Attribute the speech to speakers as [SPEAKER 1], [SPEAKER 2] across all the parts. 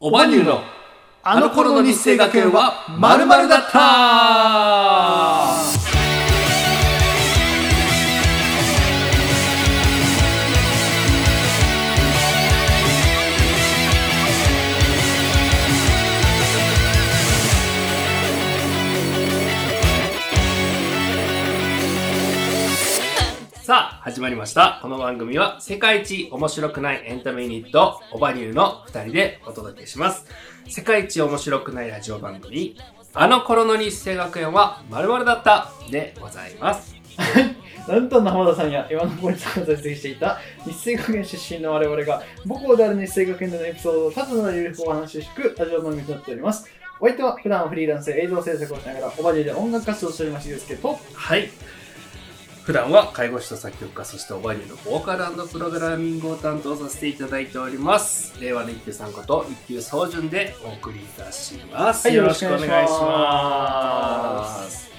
[SPEAKER 1] おばにゅうのあの頃の日生学園はまるだったさあ始まりましたこの番組は世界一面白くないエンタメユニットオバニューの2人でお届けします世界一面白くないラジオ番組あの頃の日生学園はまるだったでございます
[SPEAKER 2] ダウンタウンの浜田さんや岩野森さんが在籍していた日生学園出身の我々が母校である日生学園でのエピソードを多々の魅力をお話ししくラジオ番組となっておりますお相手は普段はフリーランスで映像制作をしながらオバジェで音楽活動をしておりますゆうすけと
[SPEAKER 1] はい普段は介護士と作曲家そしてオバニューのボーカルプログラミングを担当させていただいております令和の一級さんこと一級総順でお送りいたします、
[SPEAKER 2] はい
[SPEAKER 1] よろしくお願いし
[SPEAKER 2] よろしくお願
[SPEAKER 1] ま
[SPEAKER 2] いします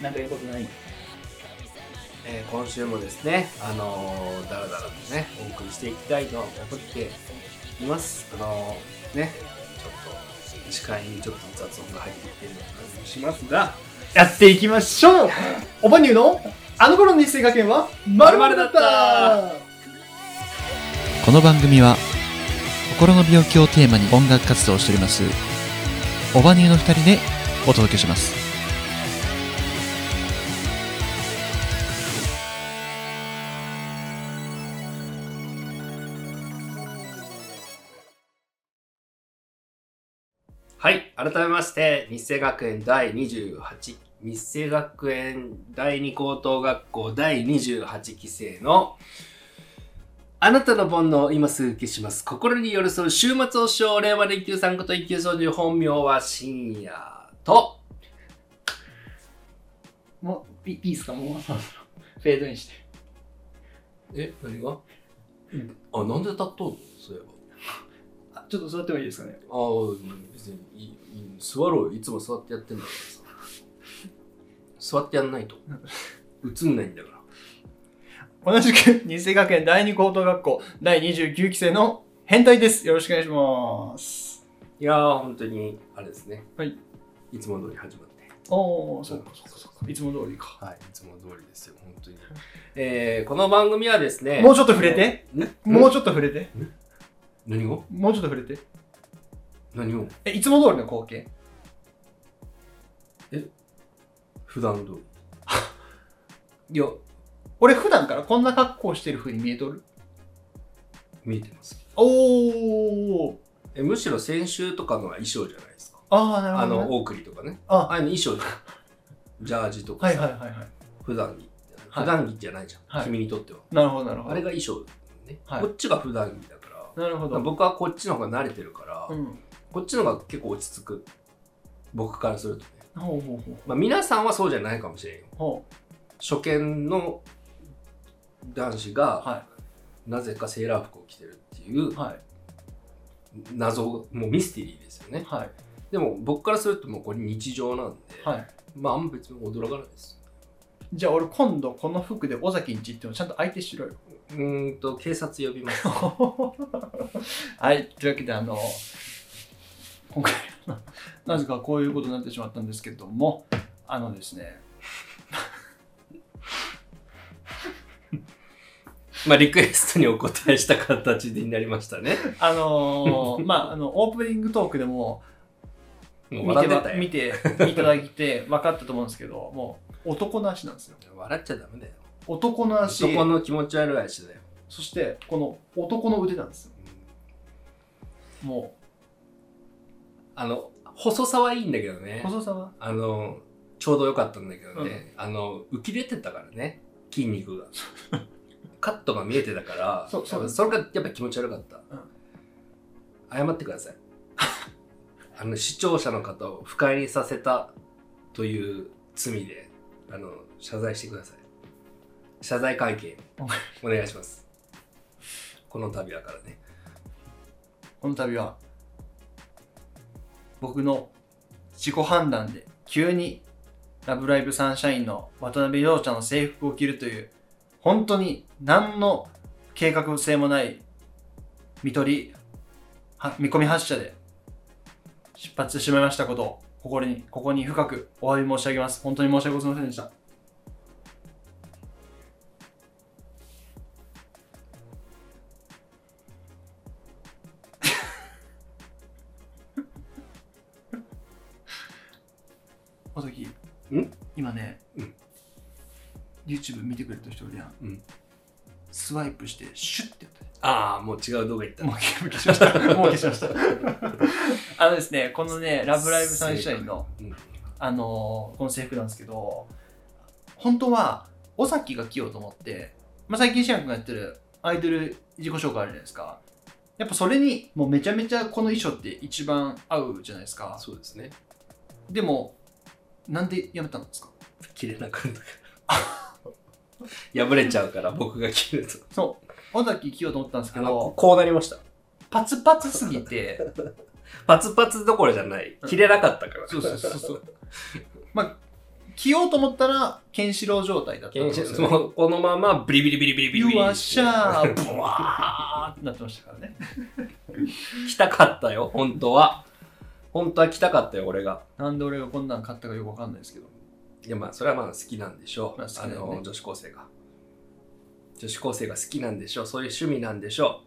[SPEAKER 2] なんか言うことない
[SPEAKER 1] えー今週もですね、あのー、だらだらとね、お送りしていきたいと思っています。あのー、ね、ちょっと、視界にちょっと雑音が入ってきてるような感じもしますが、
[SPEAKER 2] やっていきましょうオバニューのあの頃の日生学園はまるだった
[SPEAKER 3] この番組は心の病気をテーマに音楽活動をしておりますオバニューの2人でお届けします
[SPEAKER 1] はい、改めまして、日生学園第28、日生学園第二高等学校第28期生の、あなたの煩悩を今すぐ消します。心に寄り添う週末を賞、令和で一級さんこと一級総理本名は深夜と、
[SPEAKER 2] もういいいですかもうそろそろフェードインして
[SPEAKER 1] え何が、あなんで立っとんのそういえ
[SPEAKER 2] あちょっと座ってもいいですかね
[SPEAKER 1] ばああ別にいいいい座ろうよいつも座ってやってんだからさ座ってやんないと映んないんだから
[SPEAKER 2] 同じく、日生学園第二高等学校第29期生の変態です。よろしくお願いします。
[SPEAKER 1] いやー本当にあれですね
[SPEAKER 2] はい
[SPEAKER 1] いつも通り始まって
[SPEAKER 2] おー、そうか、そうか、そうか。いつも通りか。
[SPEAKER 1] はいいつも通りですよ本当にえー、この番組はですね
[SPEAKER 2] もうちょっと触れて。
[SPEAKER 1] ん
[SPEAKER 2] もうちょっと触れて。
[SPEAKER 1] 何を
[SPEAKER 2] もうちょっと触れて。
[SPEAKER 1] 何を
[SPEAKER 2] え、いつも通りの光景。
[SPEAKER 1] 普段通 りいや
[SPEAKER 2] 俺普段からこんな格好してる風に見えとる
[SPEAKER 1] 見えてます
[SPEAKER 2] おー。
[SPEAKER 1] えむしろ先週とかのは衣装じゃないですか
[SPEAKER 2] あー、な
[SPEAKER 1] あ
[SPEAKER 2] るほど、ね
[SPEAKER 1] の。オークリとかね
[SPEAKER 2] あ
[SPEAKER 1] あの衣装とかジャージとかさ
[SPEAKER 2] はいはいはいはい。
[SPEAKER 1] 普段着
[SPEAKER 2] はい
[SPEAKER 1] 普段着じゃないじゃん、
[SPEAKER 2] はい
[SPEAKER 1] 君にとっては
[SPEAKER 2] なるほど、なるほ
[SPEAKER 1] あ
[SPEAKER 2] ど。
[SPEAKER 1] れが衣装だよね、
[SPEAKER 2] はい
[SPEAKER 1] こっちが普段着だから
[SPEAKER 2] なるほど。
[SPEAKER 1] 僕はこっちの方が慣れてるから、
[SPEAKER 2] うん。
[SPEAKER 1] こっちの方が結構落ち着く僕からするとね、
[SPEAKER 2] ほうほうほう。
[SPEAKER 1] まあ、皆さんはそうじゃないかもしれんよ
[SPEAKER 2] ほ
[SPEAKER 1] 初見の男子
[SPEAKER 2] う。
[SPEAKER 1] が
[SPEAKER 2] は
[SPEAKER 1] なぜかセーラー服を着てるっていう
[SPEAKER 2] い。はい。
[SPEAKER 1] 謎もうミステリーですよね
[SPEAKER 2] はい。
[SPEAKER 1] でも僕からするともうこれ日常なんで、
[SPEAKER 2] はい。
[SPEAKER 1] まああんま別に驚かないです
[SPEAKER 2] じゃあ俺今度この服で尾崎んち行ってもちゃんと相手 しろよ。
[SPEAKER 1] うーんと警察呼びます
[SPEAKER 2] はい、というわけであの今回あのなぜかこういうことになってしまったんですけれどもあのですね
[SPEAKER 1] まあリクエストにお答えした形になりましたね
[SPEAKER 2] あのーまああのオープニングトークでも
[SPEAKER 1] もう
[SPEAKER 2] 見
[SPEAKER 1] 笑
[SPEAKER 2] て
[SPEAKER 1] ってたよ
[SPEAKER 2] 見ていただいて分かったと思うんですけどもう男の足なんですよ
[SPEAKER 1] 笑っちゃダメだよ
[SPEAKER 2] 男の足
[SPEAKER 1] そこの気持ち悪い話だよ、
[SPEAKER 2] そしてこの男の腕なんですよも
[SPEAKER 1] あの細さはいいんだけど
[SPEAKER 2] う
[SPEAKER 1] ね
[SPEAKER 2] 細さは
[SPEAKER 1] あのちょうど良かったんだけどね、あの浮き出てたからね筋肉 がカットが見えてたから
[SPEAKER 2] そうそう
[SPEAKER 1] やっぱそれがやっぱ気持ち悪かった、謝ってください あの視聴者の方を不快にさせたという罪であの謝罪してください謝罪会見お願いしますこの度はからね
[SPEAKER 2] この度は僕の自己判断で急に「ラブライブサンシャイン」の渡辺陽ちゃんの制服を着るという本当に何の計画性もない見取りは見込み発車で出発してしまいましたことを心にここに深くお詫び申し上げます本当に申し訳ございませんでしたおとき
[SPEAKER 1] ん
[SPEAKER 2] 今ね、
[SPEAKER 1] うん
[SPEAKER 2] YouTube 見てくれた人いるやん、
[SPEAKER 1] うん
[SPEAKER 2] スワイプしてシュッてやった
[SPEAKER 1] ああ、もう違う動画行った。
[SPEAKER 2] もう消しました。もう消しました。あのですね、このね、ラブライブサンシャインの、
[SPEAKER 1] うん。
[SPEAKER 2] あのーこの制服なんですけど、本当は、尾崎が着ようと思って、まあ、最近シアン君がやってるアイドル自己紹介あるじゃないですか。やっぱそれに、もうめちゃめちゃこの衣装って一番合うじゃないですか。
[SPEAKER 1] そうですね。
[SPEAKER 2] でも、なんでやめたんですか
[SPEAKER 1] 切れなくなるから。破れちゃうから、僕が切ると。
[SPEAKER 2] そう、尾崎着ようと思ったんですけ
[SPEAKER 1] あの、
[SPEAKER 2] ど、
[SPEAKER 1] こうなりました。
[SPEAKER 2] パツパツすぎて、
[SPEAKER 1] パツパツどころじゃない。切れなかったから。
[SPEAKER 2] そうそうそうそう。まあ、着ようと思ったら、ケンシロウ状態だったん
[SPEAKER 1] 検
[SPEAKER 2] です
[SPEAKER 1] 証
[SPEAKER 2] よ。
[SPEAKER 1] もうこのままビリビリビリビリビリビリ
[SPEAKER 2] ユアシャー、ブワーってなってましたからね。
[SPEAKER 1] 来たかったよ本当は本当は来たかったよ俺が
[SPEAKER 2] なんで俺がこんなん買ったかよくわかんないですけど。
[SPEAKER 1] いやまあそれはまあ好きなんでしょう、
[SPEAKER 2] まあ
[SPEAKER 1] あ
[SPEAKER 2] 好きだよね
[SPEAKER 1] の女子高生が女子高生が好きなんでしょうそういう趣味なんでしょ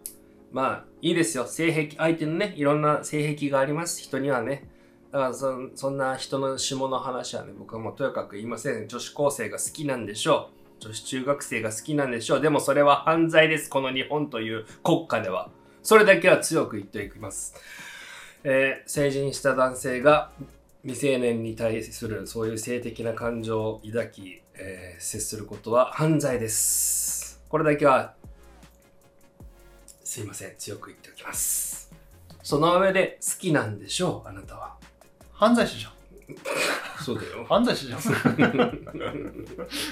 [SPEAKER 1] うまあいいですよ性癖相手のねいろんな性癖があります人にはねだからそんそんな人の下の話はね僕はもうとやかく言いません女子高生が好きなんでしょう女子中学生が好きなんでしょうでもそれは犯罪ですこの日本という国家ではそれだけは強く言っていきます、えー成人した男性が未成年に対するそういう性的な感情を抱き、えー接することは犯罪ですこれだけはすいません強く言っておきますその上で好きなんでしょうあなたは
[SPEAKER 2] 犯罪者じゃん。
[SPEAKER 1] そうだよ
[SPEAKER 2] 犯罪者じゃん。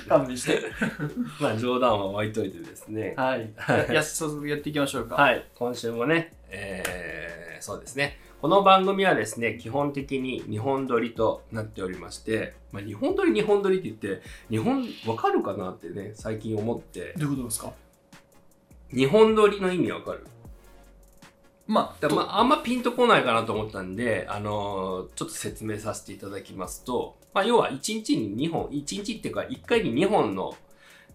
[SPEAKER 2] 勘弁して。
[SPEAKER 1] まあ冗談は置いといてですね
[SPEAKER 2] はい。いや、早速やっていきましょうか。
[SPEAKER 1] はい、今週もね、えーそうですね。この番組はですね、基本的に日本撮りとなっておりまして、まあ、日本撮り、日本撮りって言って、日本、わかるかなってね、最近思って、
[SPEAKER 2] どういうことですか
[SPEAKER 1] 日本撮りの意味わかる
[SPEAKER 2] まあ、
[SPEAKER 1] だから
[SPEAKER 2] と
[SPEAKER 1] まあ、あんまピンとこないかなと思ったんで、あのーちょっと説明させていただきますと、まあ、要は1日に2本、1日っていうか1回に2本の、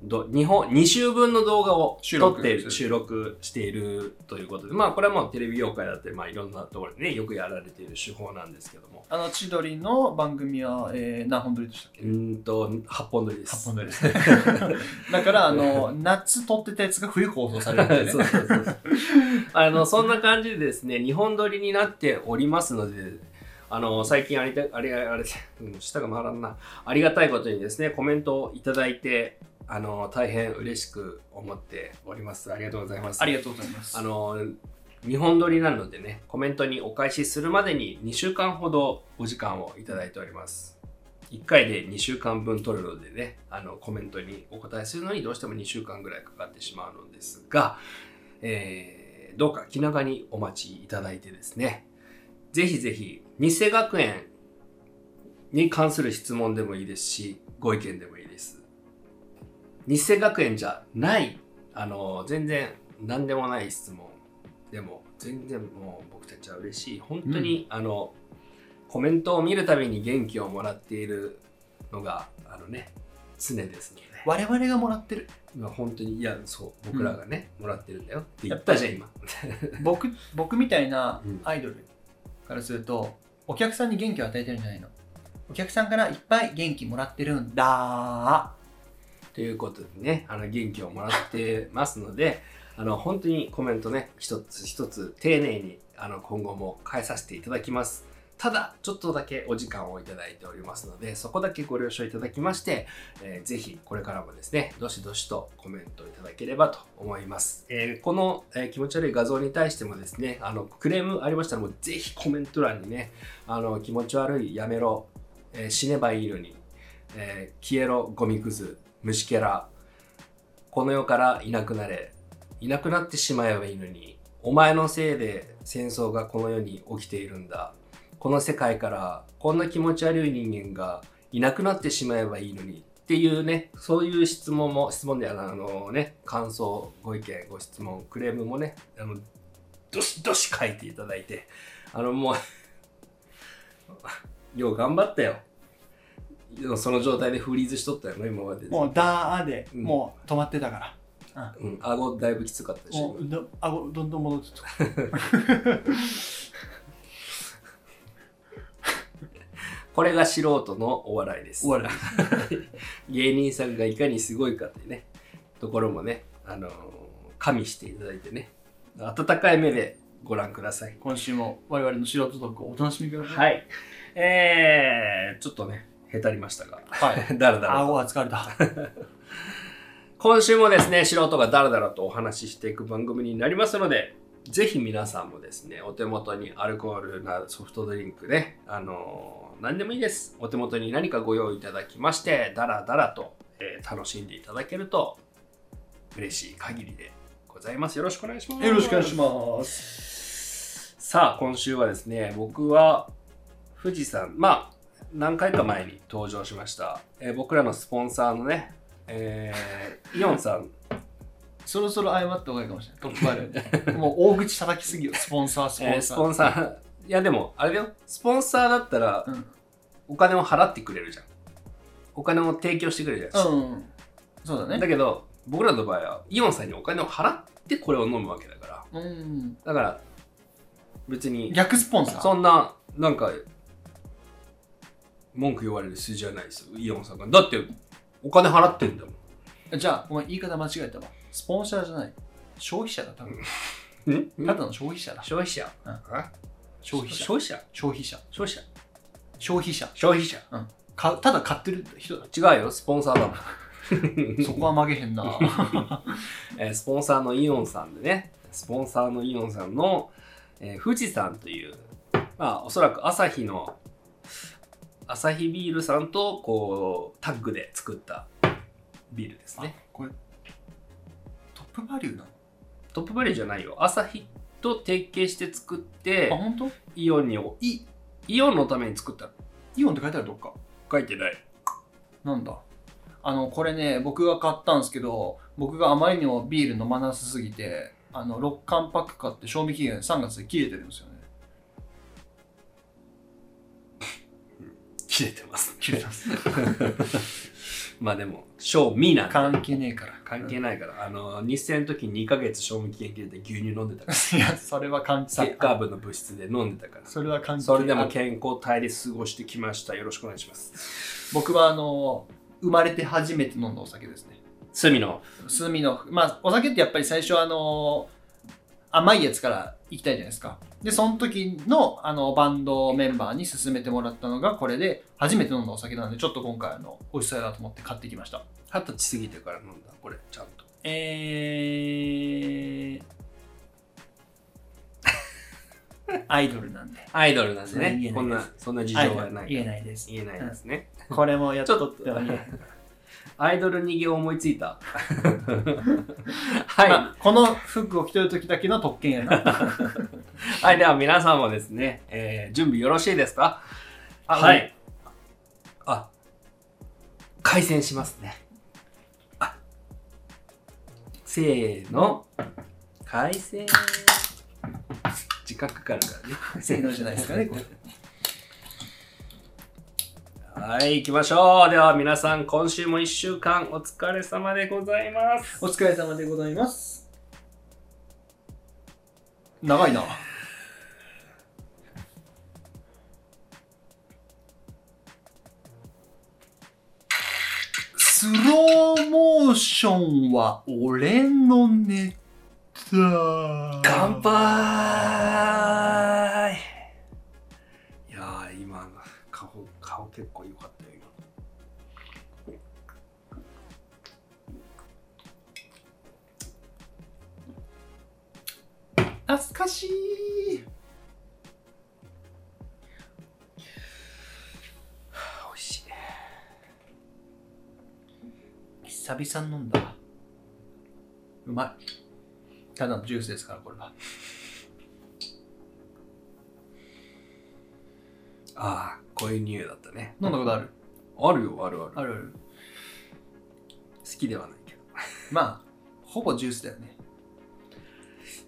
[SPEAKER 1] ど2本、2週分の動画を
[SPEAKER 2] 収
[SPEAKER 1] 撮
[SPEAKER 2] 録
[SPEAKER 1] っている、
[SPEAKER 2] す
[SPEAKER 1] 収録しているということで、まあこれはもうテレビ業界だって、まあいろんなところでね、よくやられている手法なんですけども。
[SPEAKER 2] あの、千鳥の番組は、えー、何本撮りでした っ
[SPEAKER 1] う
[SPEAKER 2] け
[SPEAKER 1] ーんと、8本撮りです。
[SPEAKER 2] 撮りですね。だから、あの、夏撮ってたやつが冬放送されるんでね。
[SPEAKER 1] そうそうそうそう あのそんな感じでですね日本撮りになっておりますのであの最近ありたあれあれうん舌が回らんなありがたいことにですねコメントをいただいてあの大変嬉しく思っておりますありがとうございます
[SPEAKER 2] ありがとうございます。
[SPEAKER 1] あの日本撮りなのでねコメントにお返しするまでに2週間ほどお時間をいただいております1回で2週間分撮るのでねあのコメントにお答えするのにどうしても2週間ぐらいかかってしまうのですが、えーどうか気長にお待ちいただいてですねぜひぜひ日生学園に関する質問でもいいですしご意見でもいいです日生学園じゃないあの全然何でもない質問でも全然もう僕たちは嬉しい本当に、あのコメントを見るたびに元気をもらっているのがあのね常ですので
[SPEAKER 2] 我々がもらってる。
[SPEAKER 1] まあ本当にいやそう僕らがね、もらってるんだよって言ったじゃん今
[SPEAKER 2] 僕僕みたいな
[SPEAKER 1] うん
[SPEAKER 2] アイドルからすると、お客さんに元気を与えてるんじゃないのお客さんからいっぱい元気もらってるんだ
[SPEAKER 1] ということでねあの元気をもらってますのであの本当にコメントね一つ一つ丁寧にあの今後も変えさせていただきますただちょっとだけお時間をいただいておりますのでそこだけご了承いただきまして、えーぜひこれからもですねどしどしとコメントいただければと思います、えーこの、えー気持ち悪い画像に対してもですねあのクレームありましたらもうぜひコメント欄にねあの気持ち悪いやめろ、えー死ねばいいのに、えー消えろゴミくず虫けらこの世からいなくなれいなくなってしまえばいいのにお前のせいで戦争がこの世に起きているんだこの世界からこんな気持ち悪い人間がいなくなってしまえばいいのにっていうねそういう質問も質問であのね感想ご意見ご質問クレームもねあのどしどし書いていただいて、あのもう、よう頑張ったよ。その状態でフリーズしとったよね、今まで。
[SPEAKER 2] もう、だーで、
[SPEAKER 1] うん
[SPEAKER 2] もう止まってたから。
[SPEAKER 1] うん、顎だいぶきつかったし、
[SPEAKER 2] もう、どあごどんどん戻ってた。
[SPEAKER 1] これが素人のお笑いです。
[SPEAKER 2] 終わる。
[SPEAKER 1] 芸人さんがいかにすごいかっていうね、ところもね、あのー加味していただいてね、温かい目でご覧ください。
[SPEAKER 2] 今週も我々の素人トークをお楽しみください。
[SPEAKER 1] はい。えー、ちょっと ね、へたりましたが、
[SPEAKER 2] はい。
[SPEAKER 1] だらだら。
[SPEAKER 2] 顎が疲れた。
[SPEAKER 1] 今週もですね、素人がだらだらとお話ししていく番組になりますので、ぜひ皆さんもですね、お手元にアルコールなソフトドリンクね、あのー何でもいいです。お手元に何かご用意いただきまして、だらだらと、えー楽しんでいただけると嬉しい限りでございます。よろしくお願いします。
[SPEAKER 2] よろしくお願いしま
[SPEAKER 1] す。
[SPEAKER 2] す。
[SPEAKER 1] さあ、今週はですね、僕は富士山、まあ、何回か前に登場しました、えー僕らのスポンサーのね、えーイオンさん
[SPEAKER 2] そろそろ謝った方がいいかもしれない。トップバリュ ーもう大口叩きすぎよ。スポンサー、スポンサ
[SPEAKER 1] え
[SPEAKER 2] ー。
[SPEAKER 1] ースポンサー、いやでも、あれだよ、スポンサーだったら
[SPEAKER 2] うん、
[SPEAKER 1] お金を払ってくれるじゃん。お金を提供してくれるじゃないですか。
[SPEAKER 2] うん。そうだね。
[SPEAKER 1] だけど、僕らの場合は、イオンさんにお金を払ってこれを飲むわけだから、
[SPEAKER 2] うん。
[SPEAKER 1] だから、別に、
[SPEAKER 2] 逆スポンサー。
[SPEAKER 1] そんな、なんか、文句言われる筋じゃないですよ、イオンさんが。だって、お金払ってんだもん。
[SPEAKER 2] じゃあ、お前言い方間違えたわ。スポンサーじゃない。消費者だ、多分。
[SPEAKER 1] ん
[SPEAKER 2] ただの消費者だ。
[SPEAKER 1] 消費者
[SPEAKER 2] うん
[SPEAKER 1] 消
[SPEAKER 2] 消
[SPEAKER 1] 費
[SPEAKER 2] 費
[SPEAKER 1] 者
[SPEAKER 2] 者。
[SPEAKER 1] 消費者
[SPEAKER 2] 消費者。
[SPEAKER 1] 消費者
[SPEAKER 2] 消費者。
[SPEAKER 1] 消費者
[SPEAKER 2] かただ買ってる人だ。
[SPEAKER 1] 違うよ、スポンサーだもん。
[SPEAKER 2] そこは曲げへんな。
[SPEAKER 1] えースポンサーのイオンさんでね、スポンサーのイオンさんの、えー富士山という、まあ、おそらく朝日の、朝日ビールさんと、こう、タッグで作ったビールですね。
[SPEAKER 2] これ、トップバリューなの
[SPEAKER 1] トップバリューじゃないよ。朝日と提携して作って
[SPEAKER 2] あ、、本当？
[SPEAKER 1] イオンに、イイオンのために作った。
[SPEAKER 2] イオンって書いてあるどっか。
[SPEAKER 1] 書いてない。
[SPEAKER 2] なんだあの、これね、僕が買ったんですけど、僕があまりにもビール飲まなさすぎて、あの、6缶パック買って賞味期限3月で切れてるんですよね。
[SPEAKER 1] 切れてます。
[SPEAKER 2] 切れてます。
[SPEAKER 1] まあでも、賞味なんで
[SPEAKER 2] 関係ねえから。
[SPEAKER 1] 関係ないから、あの、日清の時2ヶ月賞味期限切れて牛乳飲んでたから、
[SPEAKER 2] いや、それは関係
[SPEAKER 1] サッカー部の部室で飲んでたから。
[SPEAKER 2] それは関係
[SPEAKER 1] それでも健康体で過ごしてきました。よろしくお願いします。
[SPEAKER 2] 僕はあの生まれて初めて飲んだお酒ですね
[SPEAKER 1] 隅の。
[SPEAKER 2] 炭のまあお酒ってやっぱり最初あの甘いやつから行きたいじゃないですかでその時のあのバンドメンバーに勧めてもらったのがこれで初めて飲んだお酒なのでちょっと今回あの美味しそうだなと思って買ってきました
[SPEAKER 1] 二十歳過ぎてから飲んだ、これ、ちゃんと。
[SPEAKER 2] えー アイドルなんで
[SPEAKER 1] アイドルなんで
[SPEAKER 2] それ
[SPEAKER 1] ね。
[SPEAKER 2] 言えないです
[SPEAKER 1] こんな、そんな事情はない。
[SPEAKER 2] 言えないです
[SPEAKER 1] 言えないですね。
[SPEAKER 2] これもやっ
[SPEAKER 1] ちょっと
[SPEAKER 2] ては言えない、
[SPEAKER 1] アイドル逃げ思いついた。
[SPEAKER 2] はい
[SPEAKER 1] は。
[SPEAKER 2] この服を着てる時だけの特権やない
[SPEAKER 1] はい、では皆さんもですね、えー準備よろしいですか
[SPEAKER 2] あ
[SPEAKER 1] は
[SPEAKER 2] う
[SPEAKER 1] い。あ、回線しますね。あせーの、回線。時間かかるからね。
[SPEAKER 2] せーのじゃないですかねこれ
[SPEAKER 1] はい、行きましょう。では皆さん、今週も1週間お疲れ様でございます。
[SPEAKER 2] お疲れ様でございます。長いな。スローモーションは俺のネタ。
[SPEAKER 1] 乾杯いやー、今の顔、顔結構良かったよ、
[SPEAKER 2] 懐かしい。
[SPEAKER 1] 今。美味しいね。
[SPEAKER 2] 久々に飲んだ。うまい。ただのジュースですから、これは。
[SPEAKER 1] ああ、こういう匂いだったね。
[SPEAKER 2] 飲んだことある
[SPEAKER 1] あるよ、あるある。
[SPEAKER 2] あるある。
[SPEAKER 1] 好きではないけど。
[SPEAKER 2] まあ、ほぼジュースだよね。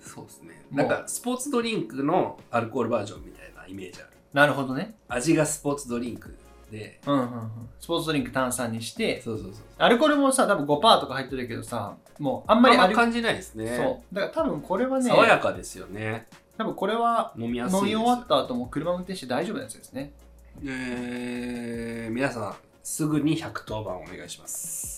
[SPEAKER 1] そうですねなんかスポーツドリンクのアルコールバージョンみたいなイメージある
[SPEAKER 2] なるほどね。
[SPEAKER 1] 味がスポーツドリンクで
[SPEAKER 2] うんうんうん。スポーツドリンク炭酸にして、
[SPEAKER 1] そうそうそう
[SPEAKER 2] アルコールもさ、多分5%とか入ってるけどさ、もうあん
[SPEAKER 1] あんま
[SPEAKER 2] まり
[SPEAKER 1] り
[SPEAKER 2] ア
[SPEAKER 1] あ
[SPEAKER 2] ル
[SPEAKER 1] 感じないですね
[SPEAKER 2] そう。だから多分これはね、
[SPEAKER 1] 爽やかですよね
[SPEAKER 2] 多分これは
[SPEAKER 1] 飲みや
[SPEAKER 2] 飲
[SPEAKER 1] すいです
[SPEAKER 2] み終わった後も車運転して大丈夫なやつですね。
[SPEAKER 1] えー皆さんすぐに110番お願いします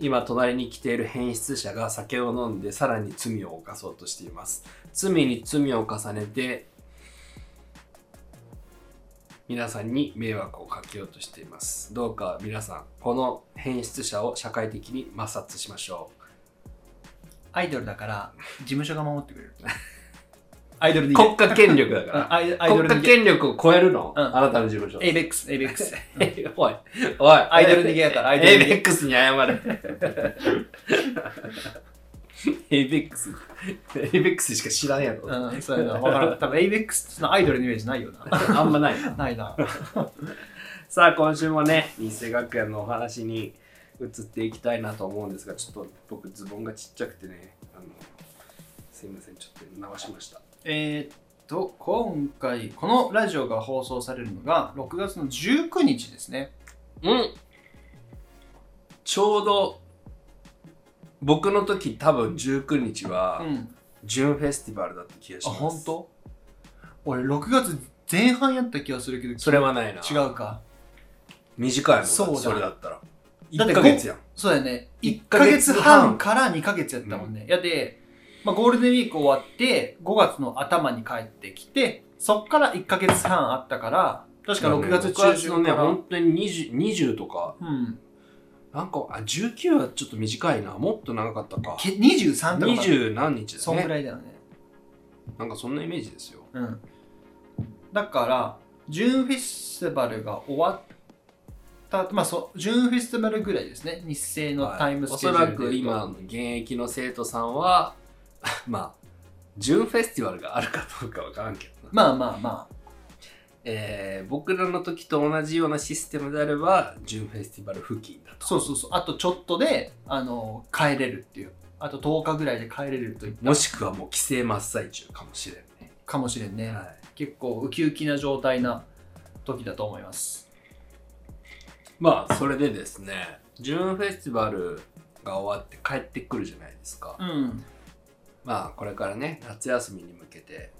[SPEAKER 1] 今隣に来ている変質者が酒を飲んでさらに罪を犯そうとしています罪に罪を重ねて皆さんに迷惑をかけようとしていますどうか皆さんこの変質者を社会的に抹殺しましょ
[SPEAKER 2] アイドルだから、事務所が守ってくれる。アイドル
[SPEAKER 1] う
[SPEAKER 2] に。
[SPEAKER 1] 国家権力だ から
[SPEAKER 2] アイアイド
[SPEAKER 1] 国
[SPEAKER 2] ル逃
[SPEAKER 1] 家
[SPEAKER 2] げ。
[SPEAKER 1] 権力を超えるの、
[SPEAKER 2] うん
[SPEAKER 1] あなたの事務所。
[SPEAKER 2] エイベックス、エイベックス。
[SPEAKER 1] おい、おい、
[SPEAKER 2] アイドル逃げやからアイドル逃げ
[SPEAKER 1] ABEX に謝れ。ABEX、ABEX しか知らんやろ。
[SPEAKER 2] うん、そういうの分 からん。多分エイベックスのアイドルのイメージないよな。
[SPEAKER 1] あんまない。
[SPEAKER 2] ないな。
[SPEAKER 1] さあ、今週もね、日生学園のお話に移っていきたいなと思うんですが、ちょっと僕、ズボンがちっちゃくてね、あのすいません、ちょっと流しました。
[SPEAKER 2] えーっと、今回、このラジオが放送されるのが、6月の19日ですね。
[SPEAKER 1] うんちょうど、僕の時多分19日は、
[SPEAKER 2] うん。
[SPEAKER 1] ジュンフェスティバルだった気がし
[SPEAKER 2] あ、
[SPEAKER 1] ます。
[SPEAKER 2] 本当？俺、6月前半やった気がするけど、
[SPEAKER 1] それはないな。
[SPEAKER 2] 違うか。
[SPEAKER 1] 短いもん
[SPEAKER 2] そうだ
[SPEAKER 1] それだったら。
[SPEAKER 2] だっ
[SPEAKER 1] 1
[SPEAKER 2] て
[SPEAKER 1] ヶ月やん。
[SPEAKER 2] そうだよね。
[SPEAKER 1] 一
[SPEAKER 2] 1
[SPEAKER 1] ヶ
[SPEAKER 2] ヶ
[SPEAKER 1] 月
[SPEAKER 2] 月
[SPEAKER 1] 半
[SPEAKER 2] 半から2ヶ月やったもんね。やで、まあ、ゴールデンウィーク終わって、5月の頭に帰ってきて、そっから1ヶ月半あったから、確か6月中
[SPEAKER 1] の
[SPEAKER 2] 旬
[SPEAKER 1] ね、
[SPEAKER 2] から。
[SPEAKER 1] 本当に 20, 20とか、
[SPEAKER 2] うん。
[SPEAKER 1] なんか、あ、19はちょっと短いな。もっと長かったか。
[SPEAKER 2] け23とか。
[SPEAKER 1] 20何日
[SPEAKER 2] そ
[SPEAKER 1] だ
[SPEAKER 2] んぐ
[SPEAKER 1] ね。
[SPEAKER 2] らいだよね。
[SPEAKER 1] なんかそんなイメージですよ。
[SPEAKER 2] うん、だからジューンフェスティバルが終わった、まあ、そうジューンフェスティバルぐらいですね日清のタイムスケジュー
[SPEAKER 1] はい
[SPEAKER 2] ル
[SPEAKER 1] おそ
[SPEAKER 2] で
[SPEAKER 1] らく
[SPEAKER 2] 言うと
[SPEAKER 1] 今の現役の生徒さんは、 まあ、ジュンフェスティバルがあるかどうかわからんけどな。
[SPEAKER 2] まあまあまあ
[SPEAKER 1] えー僕らの時と同じようなシステムであれば、ジュンフェスティバル付近だと。
[SPEAKER 2] そうそうそうあとちょっとであの帰れるっていうあと10日ぐらいで帰れるといった
[SPEAKER 1] もしくはもう帰省真っ最中かもしれんね。
[SPEAKER 2] かもしれんね、
[SPEAKER 1] はい
[SPEAKER 2] 結構ウキウキな状態な時だと思います
[SPEAKER 1] まあそれでですねジューンフェスティバルが終わって帰ってくるじゃないですか、
[SPEAKER 2] うん
[SPEAKER 1] まあこれからね夏休みに向けて、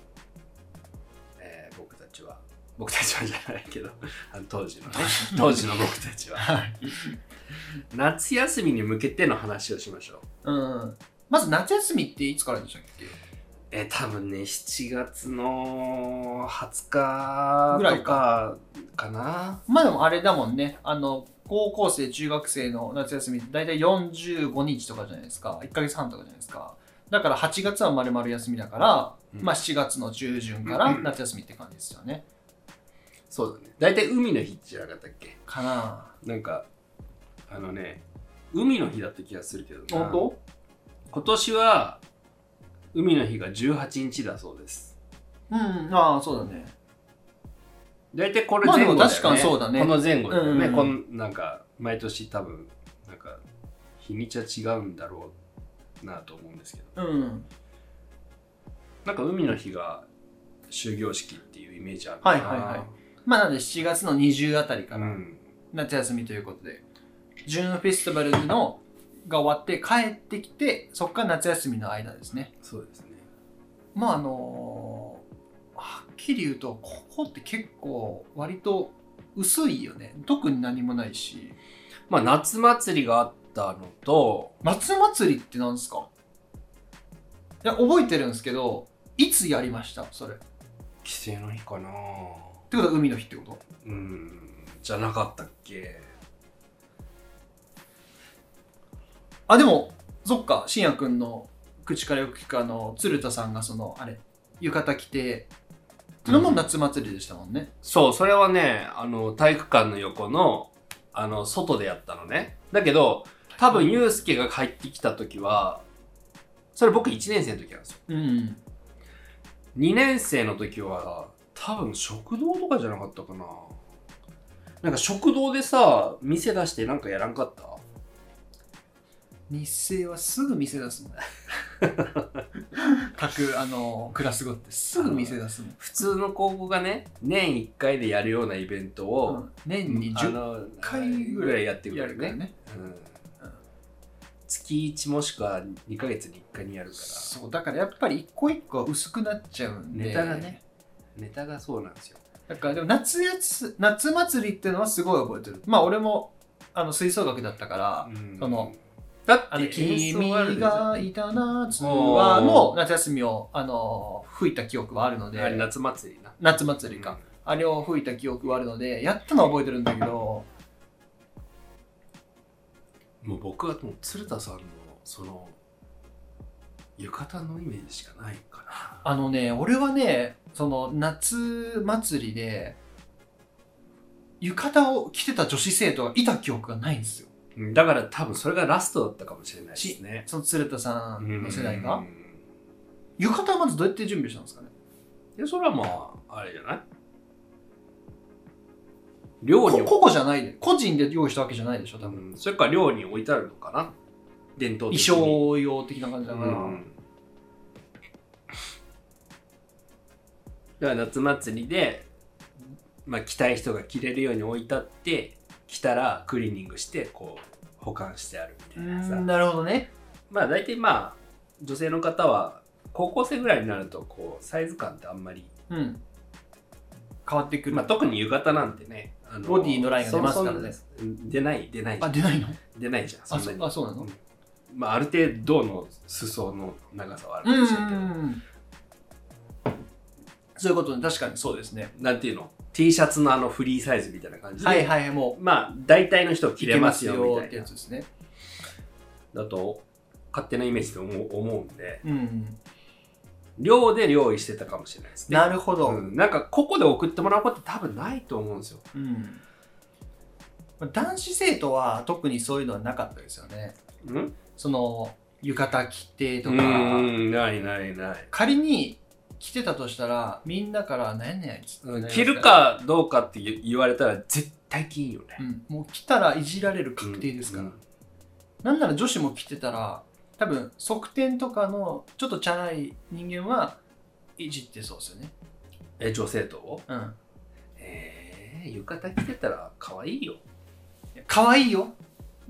[SPEAKER 1] えー僕たちは僕たちはじゃないけどあの当時 のね当時の僕たちは
[SPEAKER 2] はい、
[SPEAKER 1] 夏休みに向けての話をしましょう
[SPEAKER 2] うん、まず夏休みっていつからでしたっけ
[SPEAKER 1] えー多分ね7月の20日
[SPEAKER 2] ぐら
[SPEAKER 1] と
[SPEAKER 2] い
[SPEAKER 1] かかな
[SPEAKER 2] まあでもあれだもんね。あの、高校生、中学生の夏休み、だいたい45日とかじゃないですか。1ヶ月半とかじゃないですか。だから8月は丸々休みだから、
[SPEAKER 1] うん
[SPEAKER 2] まあ7月の中旬から夏休みって感じですよね。
[SPEAKER 1] そうだね大体海の日じゃなかったっけ
[SPEAKER 2] かな
[SPEAKER 1] なんかあのね海の日だった気がするけど
[SPEAKER 2] ぁ。
[SPEAKER 1] な今年は海の日が18日だそうです
[SPEAKER 2] うん、ああ、そうだね。
[SPEAKER 1] 大体これ
[SPEAKER 2] まあ
[SPEAKER 1] 前後だよね、
[SPEAKER 2] でも確かにそうだね
[SPEAKER 1] この前後だよね、
[SPEAKER 2] うん
[SPEAKER 1] こんなんか毎年多分なんか日にちは違うんだろうなと思うんですけど
[SPEAKER 2] うん。
[SPEAKER 1] なんか海の日が終業式っていうイメージある
[SPEAKER 2] はいはいはいまあなので7月の20あたりか
[SPEAKER 1] う
[SPEAKER 2] ら
[SPEAKER 1] ん、
[SPEAKER 2] 夏休みということで、ジューンフェスティバルのが終わって帰ってきて、そっから夏休みの間ですね。
[SPEAKER 1] そうですね
[SPEAKER 2] まああのはっきり言うとここって結構割と薄いよね特に何もないし
[SPEAKER 1] まあ夏祭りがあったのと
[SPEAKER 2] 夏祭りってなんですかいや覚えてるんですけどいつやりましたそれって
[SPEAKER 1] 帰省の日かな
[SPEAKER 2] ことは海の日ってこと
[SPEAKER 1] うんじゃなかったっけ
[SPEAKER 2] あでもそっか信也くんの口からよく聞くあの鶴田さんがそのあれ浴衣着てそれも夏祭りでしたもんね、
[SPEAKER 1] そう、それはね、あの、体育館の横の、あの、外でやったのね。だけど、多分、ゆうすけが帰ってきた時は、それ僕1年生の時なんですよ。
[SPEAKER 2] うん
[SPEAKER 1] 2年生の時は、多分食堂とかじゃなかったかな。なんか食堂でさ、店出してなんかやらんかった
[SPEAKER 2] 日清はすぐ店出すんだ各あのクラスごってすぐ店出すもん、
[SPEAKER 1] 普通の高校がね年1回でやるようなイベントを、
[SPEAKER 2] 年に
[SPEAKER 1] あ
[SPEAKER 2] 10
[SPEAKER 1] の
[SPEAKER 2] 回
[SPEAKER 1] ぐ
[SPEAKER 2] ぐ
[SPEAKER 1] ら
[SPEAKER 2] ら
[SPEAKER 1] い
[SPEAKER 2] い
[SPEAKER 1] やってく
[SPEAKER 2] や
[SPEAKER 1] れ
[SPEAKER 2] る
[SPEAKER 1] る
[SPEAKER 2] から
[SPEAKER 1] ね
[SPEAKER 2] ね
[SPEAKER 1] うん月1もしくは2ヶ月に1回にやるか
[SPEAKER 2] そうだからやっぱり一個一個は薄くなっちゃうんで
[SPEAKER 1] ネタがねらネタがそうなんですよ
[SPEAKER 2] だからでも夏やつ夏祭りっていうのはすごい覚えてるまあ俺もあの吹奏楽だったから、その
[SPEAKER 1] だって
[SPEAKER 2] あの
[SPEAKER 1] 演奏
[SPEAKER 2] 君
[SPEAKER 1] あるでしょ
[SPEAKER 2] がいた夏はの夏休みをあの吹いた記憶はあるので
[SPEAKER 1] あれ夏祭りな
[SPEAKER 2] 夏祭りか、あれを吹いた記憶はあるのでやったのは覚えてるんだけど
[SPEAKER 1] うんもう僕はもう鶴田さんのその浴衣のイメージしかないかな
[SPEAKER 2] あのね俺はねその夏祭りで浴衣を着てた女子生徒がいた記憶がないんですよ
[SPEAKER 1] うんだから多分それがラストだったかもしれないですね
[SPEAKER 2] その鶴田さんの世代
[SPEAKER 1] う
[SPEAKER 2] が
[SPEAKER 1] ん
[SPEAKER 2] 浴衣はまずどうやって準備したんですかね
[SPEAKER 1] でそれはまああれじゃない寮に
[SPEAKER 2] こ個々じゃないで個人で用意したわけじゃないでしょ多分、
[SPEAKER 1] うんそれか寮に置いてあるのかな伝統的
[SPEAKER 2] 衣
[SPEAKER 1] に
[SPEAKER 2] 装用的な感じだから、
[SPEAKER 1] うんだから夏祭りで、まあ、着たい人が着れるように置いてあって着たらクリーニングしてこう保管してあるみたいなさ
[SPEAKER 2] なるほどね
[SPEAKER 1] まあ大体まあ女性の方は高校生ぐらいになるとこうサイズ感ってあんまり、
[SPEAKER 2] うん変わってくる、
[SPEAKER 1] まあ、特に浴衣なんてねあ
[SPEAKER 2] ボディのラインが出ますからね
[SPEAKER 1] そもそも出ない出ないじゃ
[SPEAKER 2] あ
[SPEAKER 1] ん
[SPEAKER 2] 出ないの
[SPEAKER 1] 出ないじゃんそ
[SPEAKER 2] あ
[SPEAKER 1] んな
[SPEAKER 2] そ
[SPEAKER 1] に
[SPEAKER 2] あそうなの
[SPEAKER 1] まあ、ある程度の裾の長さはあるか
[SPEAKER 2] うん
[SPEAKER 1] もしれないけど、
[SPEAKER 2] そういうことね確かにそうですね
[SPEAKER 1] なんていうの T シャツのあのフリーサイズみたいな感じで、
[SPEAKER 2] はいはいも
[SPEAKER 1] まあ大体の人
[SPEAKER 2] う
[SPEAKER 1] 着れますよ
[SPEAKER 2] いけ
[SPEAKER 1] み
[SPEAKER 2] ったて
[SPEAKER 1] い
[SPEAKER 2] や
[SPEAKER 1] な
[SPEAKER 2] つですね
[SPEAKER 1] だと勝手なイメージで思う思うんで
[SPEAKER 2] うん
[SPEAKER 1] 寮で料理してたかもしれないですね
[SPEAKER 2] なるほど、
[SPEAKER 1] うん、なんか個々で送ってもらうこと多分ないと思うんですよ
[SPEAKER 2] うんまあ男子生徒は特にそういうのはなかったですよね
[SPEAKER 1] うん
[SPEAKER 2] その浴衣着てと
[SPEAKER 1] う
[SPEAKER 2] か
[SPEAKER 1] んないないない、
[SPEAKER 2] 仮に着てたとしたらみんなから「何やねんあいつ」ってなります
[SPEAKER 1] 着るかどうかって言言われたら絶対着んよね
[SPEAKER 2] うん、もう着たらいじられる確定ですから、
[SPEAKER 1] うん
[SPEAKER 2] なんなら女子も着てたら多分側転とかのちょっとチャラい人間はいじってそうですよね
[SPEAKER 1] え女性と
[SPEAKER 2] うん
[SPEAKER 1] えー、浴衣着てたら可愛いよ
[SPEAKER 2] いや可愛いよ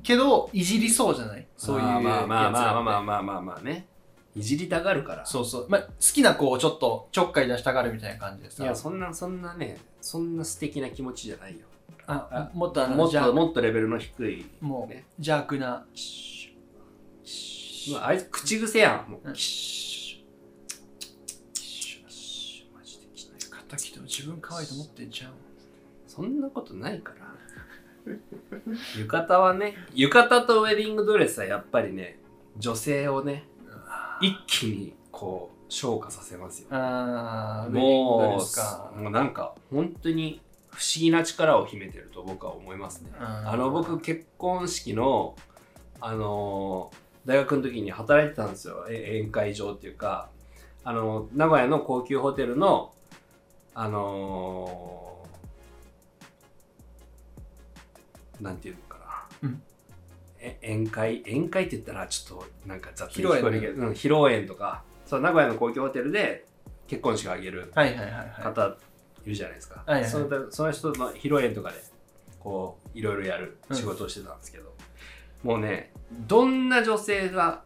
[SPEAKER 2] けどいじりそうじゃないそういうやつ
[SPEAKER 1] あ
[SPEAKER 2] ら
[SPEAKER 1] ー
[SPEAKER 2] って
[SPEAKER 1] まあまあまあまあまあまあまあねいじりたがるから
[SPEAKER 2] そうそう、まあ、好きな子をちょっとちょっかい出したがるみたいな感じで
[SPEAKER 1] い
[SPEAKER 2] さ
[SPEAKER 1] やそんなそんなねそんな素敵な気持ちじゃないよ
[SPEAKER 2] あもっとあの
[SPEAKER 1] もっ
[SPEAKER 2] 邪
[SPEAKER 1] と
[SPEAKER 2] 悪
[SPEAKER 1] もっとレベルの低い
[SPEAKER 2] もう
[SPEAKER 1] ね
[SPEAKER 2] 邪悪な
[SPEAKER 1] シュッシュッうわあいつ口癖やんもう
[SPEAKER 2] うん
[SPEAKER 1] キッシュッシュッシュッマジで汚いか
[SPEAKER 2] 肩着ても自分可愛いと思ってんじゃん
[SPEAKER 1] そんなことないから浴衣はね浴衣とウェディングドレスはやっぱりね女性をね一気にこう昇華させますよ
[SPEAKER 2] あーウェディングド
[SPEAKER 1] も
[SPEAKER 2] レ
[SPEAKER 1] う
[SPEAKER 2] スか
[SPEAKER 1] もうなんか本当に不思議な力を秘めてると僕は思いますね。
[SPEAKER 2] うん
[SPEAKER 1] あの僕結婚式のあのー大学の時に働いてたんですよえ宴会場っていうかあの名古屋の高級ホテルのあのーなんていうのかな、
[SPEAKER 2] うん
[SPEAKER 1] え宴会宴会って言ったらちょっとなんか雑に
[SPEAKER 2] 披露
[SPEAKER 1] 聞
[SPEAKER 2] 宴
[SPEAKER 1] こえるけどうん披露宴とかそう名古屋の高級ホテルで結婚式を挙げる
[SPEAKER 2] はいはいはいはい
[SPEAKER 1] 方いるじゃないですか、
[SPEAKER 2] はいはい
[SPEAKER 1] そのたその人の披露宴とかでこういろいろやる仕事をしてたんですけど、もうねどんな女性が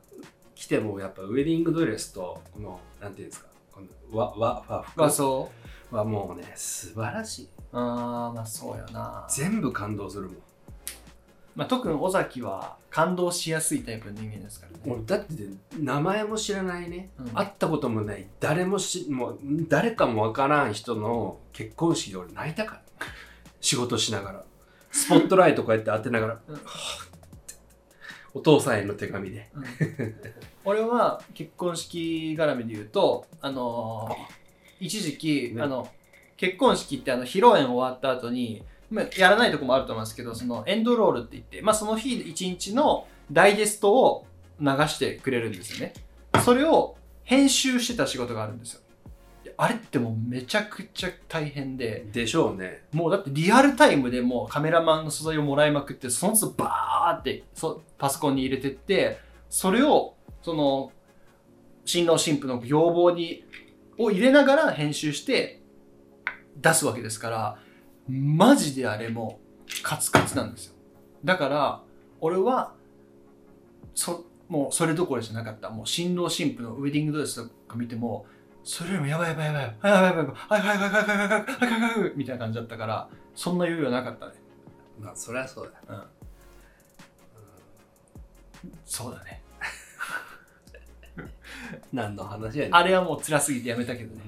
[SPEAKER 1] 来てもやっぱウェディングドレスとこのなんていうんですかこの和和和
[SPEAKER 2] が
[SPEAKER 1] 服
[SPEAKER 2] そう
[SPEAKER 1] はもうね素晴らしい
[SPEAKER 2] あーまあそうやな、
[SPEAKER 1] 全部感動するもん
[SPEAKER 2] まあ、特に尾崎は感動しやすいタイプの人間ですからね
[SPEAKER 1] 俺だって名前も知らないね、
[SPEAKER 2] うん
[SPEAKER 1] 会ったこともない誰もしもう誰かもわからん人の結婚式で俺泣いたから仕事しながらスポットライトこうやって当てながら、
[SPEAKER 2] うん
[SPEAKER 1] はぁってお父さんへの手紙で
[SPEAKER 2] 俺は結婚式絡みで言うとあのー一時期、
[SPEAKER 1] ね
[SPEAKER 2] あの結婚式ってあの披露宴終わった後にまあやらないとこもあると思うんですけどそのエンドロールって言って、まあ、その日一日のダイジェストを流してくれるんですよねそれを編集してた仕事があるんですよであれってもうめちゃくちゃ大変で、
[SPEAKER 1] でしょうね
[SPEAKER 2] もうだってリアルタイムでもうカメラマンの素材をもらいまくってその都度バーってそパソコンに入れてってそれをその新郎新婦の要望にを入れながら編集して出すわけですからマジであれもカツカツなんですよだから俺はそもうそれどころじゃなかったもう新郎新婦のウェディングドレスとか見てもそれよりもやばいやばいやばいやばいやばいやばいやばいはいはいはいはいはいはいはいはいはいはいみたいな感じだったからそんな余裕はなかったね
[SPEAKER 1] まあそりゃそうだ
[SPEAKER 2] そうだね
[SPEAKER 1] 何の話やねん
[SPEAKER 2] あれはもう辛すぎてやめたけどね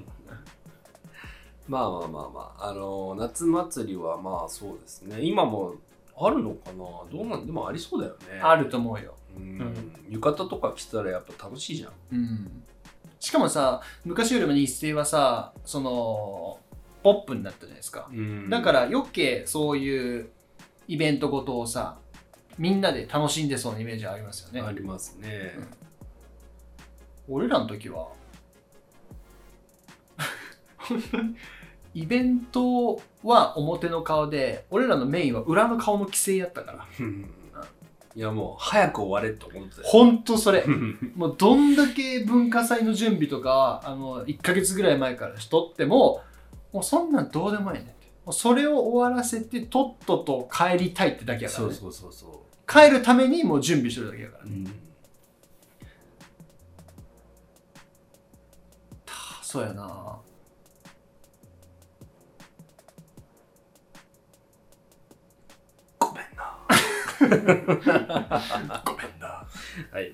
[SPEAKER 1] まあまあまあまあ、あの夏祭りはまあそうですね。今もあるのかなどうなんでもありそうだよね。
[SPEAKER 2] あると思うよ
[SPEAKER 1] うん、
[SPEAKER 2] ん
[SPEAKER 1] 浴衣とか着たらやっぱ楽しいじゃん。、
[SPEAKER 2] うんしかもさ昔よりも日生はさそのポップになったじゃないですかだからら余計そういうイベントごとをさみんなで楽しんでそうなイメージありますよね
[SPEAKER 1] ありますね。
[SPEAKER 2] 俺らの時は本当にイベントは表の顔で俺らのメインは裏の顔の規制やったから
[SPEAKER 1] いやもう早く終われって思ってたよ。
[SPEAKER 2] ほんとそれもうどんだけ文化祭の準備とかあの1ヶ月ぐらい前からしとってももうそんなんどうでもいいねんってもうそれを終わらせてとっとと帰りたいってだけやから、
[SPEAKER 1] そ
[SPEAKER 2] ね
[SPEAKER 1] う、そうそうそ
[SPEAKER 2] 帰るためにもう準備してるだけやから
[SPEAKER 1] う。うん
[SPEAKER 2] そうやな
[SPEAKER 1] ごめんな。 ごめんな。はい。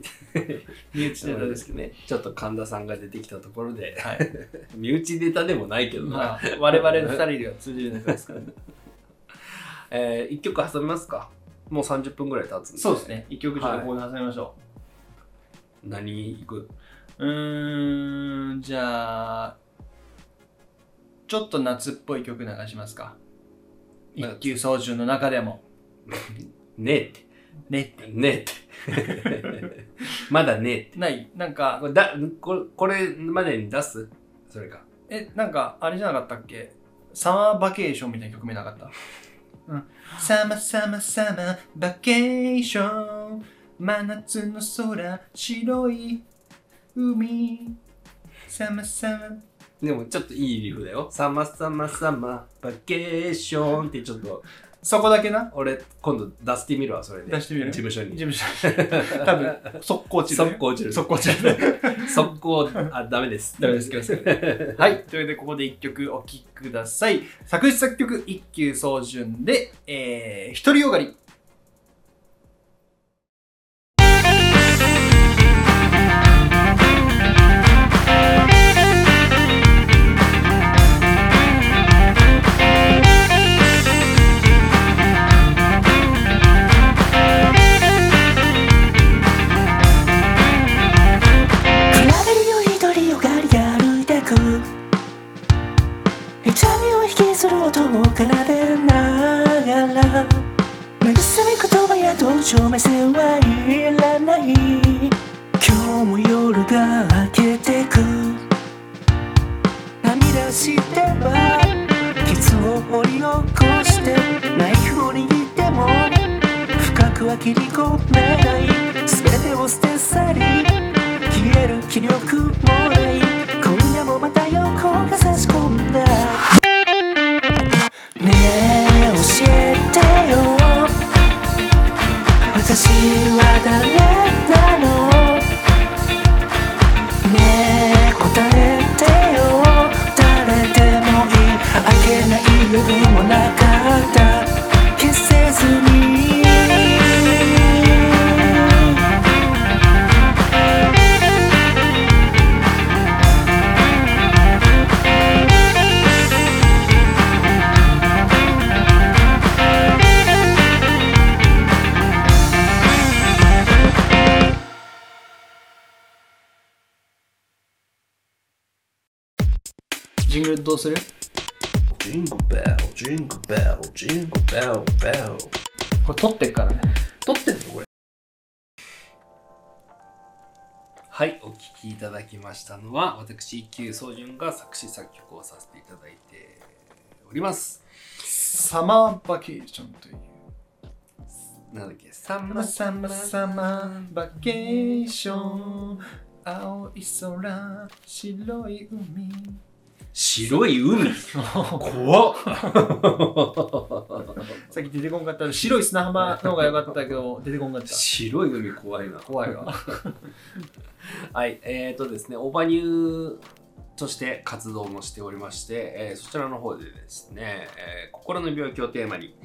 [SPEAKER 2] 身内
[SPEAKER 1] ちょっとですけどね、ちょっと神田さんが出てきたところで、
[SPEAKER 2] はい、
[SPEAKER 1] 身内ネタでもないけどな。
[SPEAKER 2] まあ、我々の2人では通じるネタですから、ね、
[SPEAKER 1] えー、1曲挟みますかもう30分ぐらい経つんで
[SPEAKER 2] そうですね一曲ちょっとここで挟みましょ
[SPEAKER 1] 何いく
[SPEAKER 2] う、うーんじゃあちょっと夏っぽい曲流しますか
[SPEAKER 1] まあ
[SPEAKER 2] 一級操縦の中でも
[SPEAKER 1] ねえって
[SPEAKER 2] ねって
[SPEAKER 1] ねえって まだねえって
[SPEAKER 2] ないなんか
[SPEAKER 1] これだこれこれまでに出すそれか
[SPEAKER 2] えなんかあれじゃなかったっけサマーバケーションみたいな曲名なかった、うん、サマサマサマバケーション真夏の空白い海サマサマ
[SPEAKER 1] でもちょっといいリフだよ「さまさまさまバケーション」ってちょっと
[SPEAKER 2] そこだけな
[SPEAKER 1] 俺今度出してみるわそれで
[SPEAKER 2] 出してみる
[SPEAKER 1] 事務所に
[SPEAKER 2] 事務所多分速攻落ちる
[SPEAKER 1] 速攻落ちる
[SPEAKER 2] 速攻落ちる
[SPEAKER 1] 速攻 あダメです
[SPEAKER 2] ダメです気をつけて はいというわけでここで一曲お聴きください作詞作曲一休総順で「えー、独りよがり」
[SPEAKER 4] 暗闇の一人よがりが歩いてく痛みを引きずる音を奏でながら慰め言葉や同情目線はいらない今日も夜が明けてく涙しては傷を掘り起こしてナイフを握っても深くは切り込めない全てを捨て去り消える気力もない今夜もまた横が差し込んだねえ教えてよ私は誰なのねえ答えてよ誰でもいいあけない夜もなかった消せずに
[SPEAKER 2] ジングルどうする
[SPEAKER 1] Jingle bell, jingle bell, jingle bell, bell.
[SPEAKER 2] これ撮ってるからね
[SPEAKER 1] 撮ってんのこれはいお聴きいただきましたのは私一休宗純が作詞作曲をさせていただいております
[SPEAKER 2] サマーバケーションという。
[SPEAKER 1] なんだっけサン
[SPEAKER 2] サマ
[SPEAKER 1] マ
[SPEAKER 2] サマサマバケーション。青い空白い 海
[SPEAKER 1] 白い海怖 っ
[SPEAKER 2] さっき出てこんかったら白い砂浜の方が良かったけ ど出てこんかった
[SPEAKER 1] 白い海怖いな
[SPEAKER 2] 怖いわ
[SPEAKER 1] はい、えーとですね、オーバーニューとして活動もしておりまして、えーそちらの方でですね、えー心の病気をテーマに、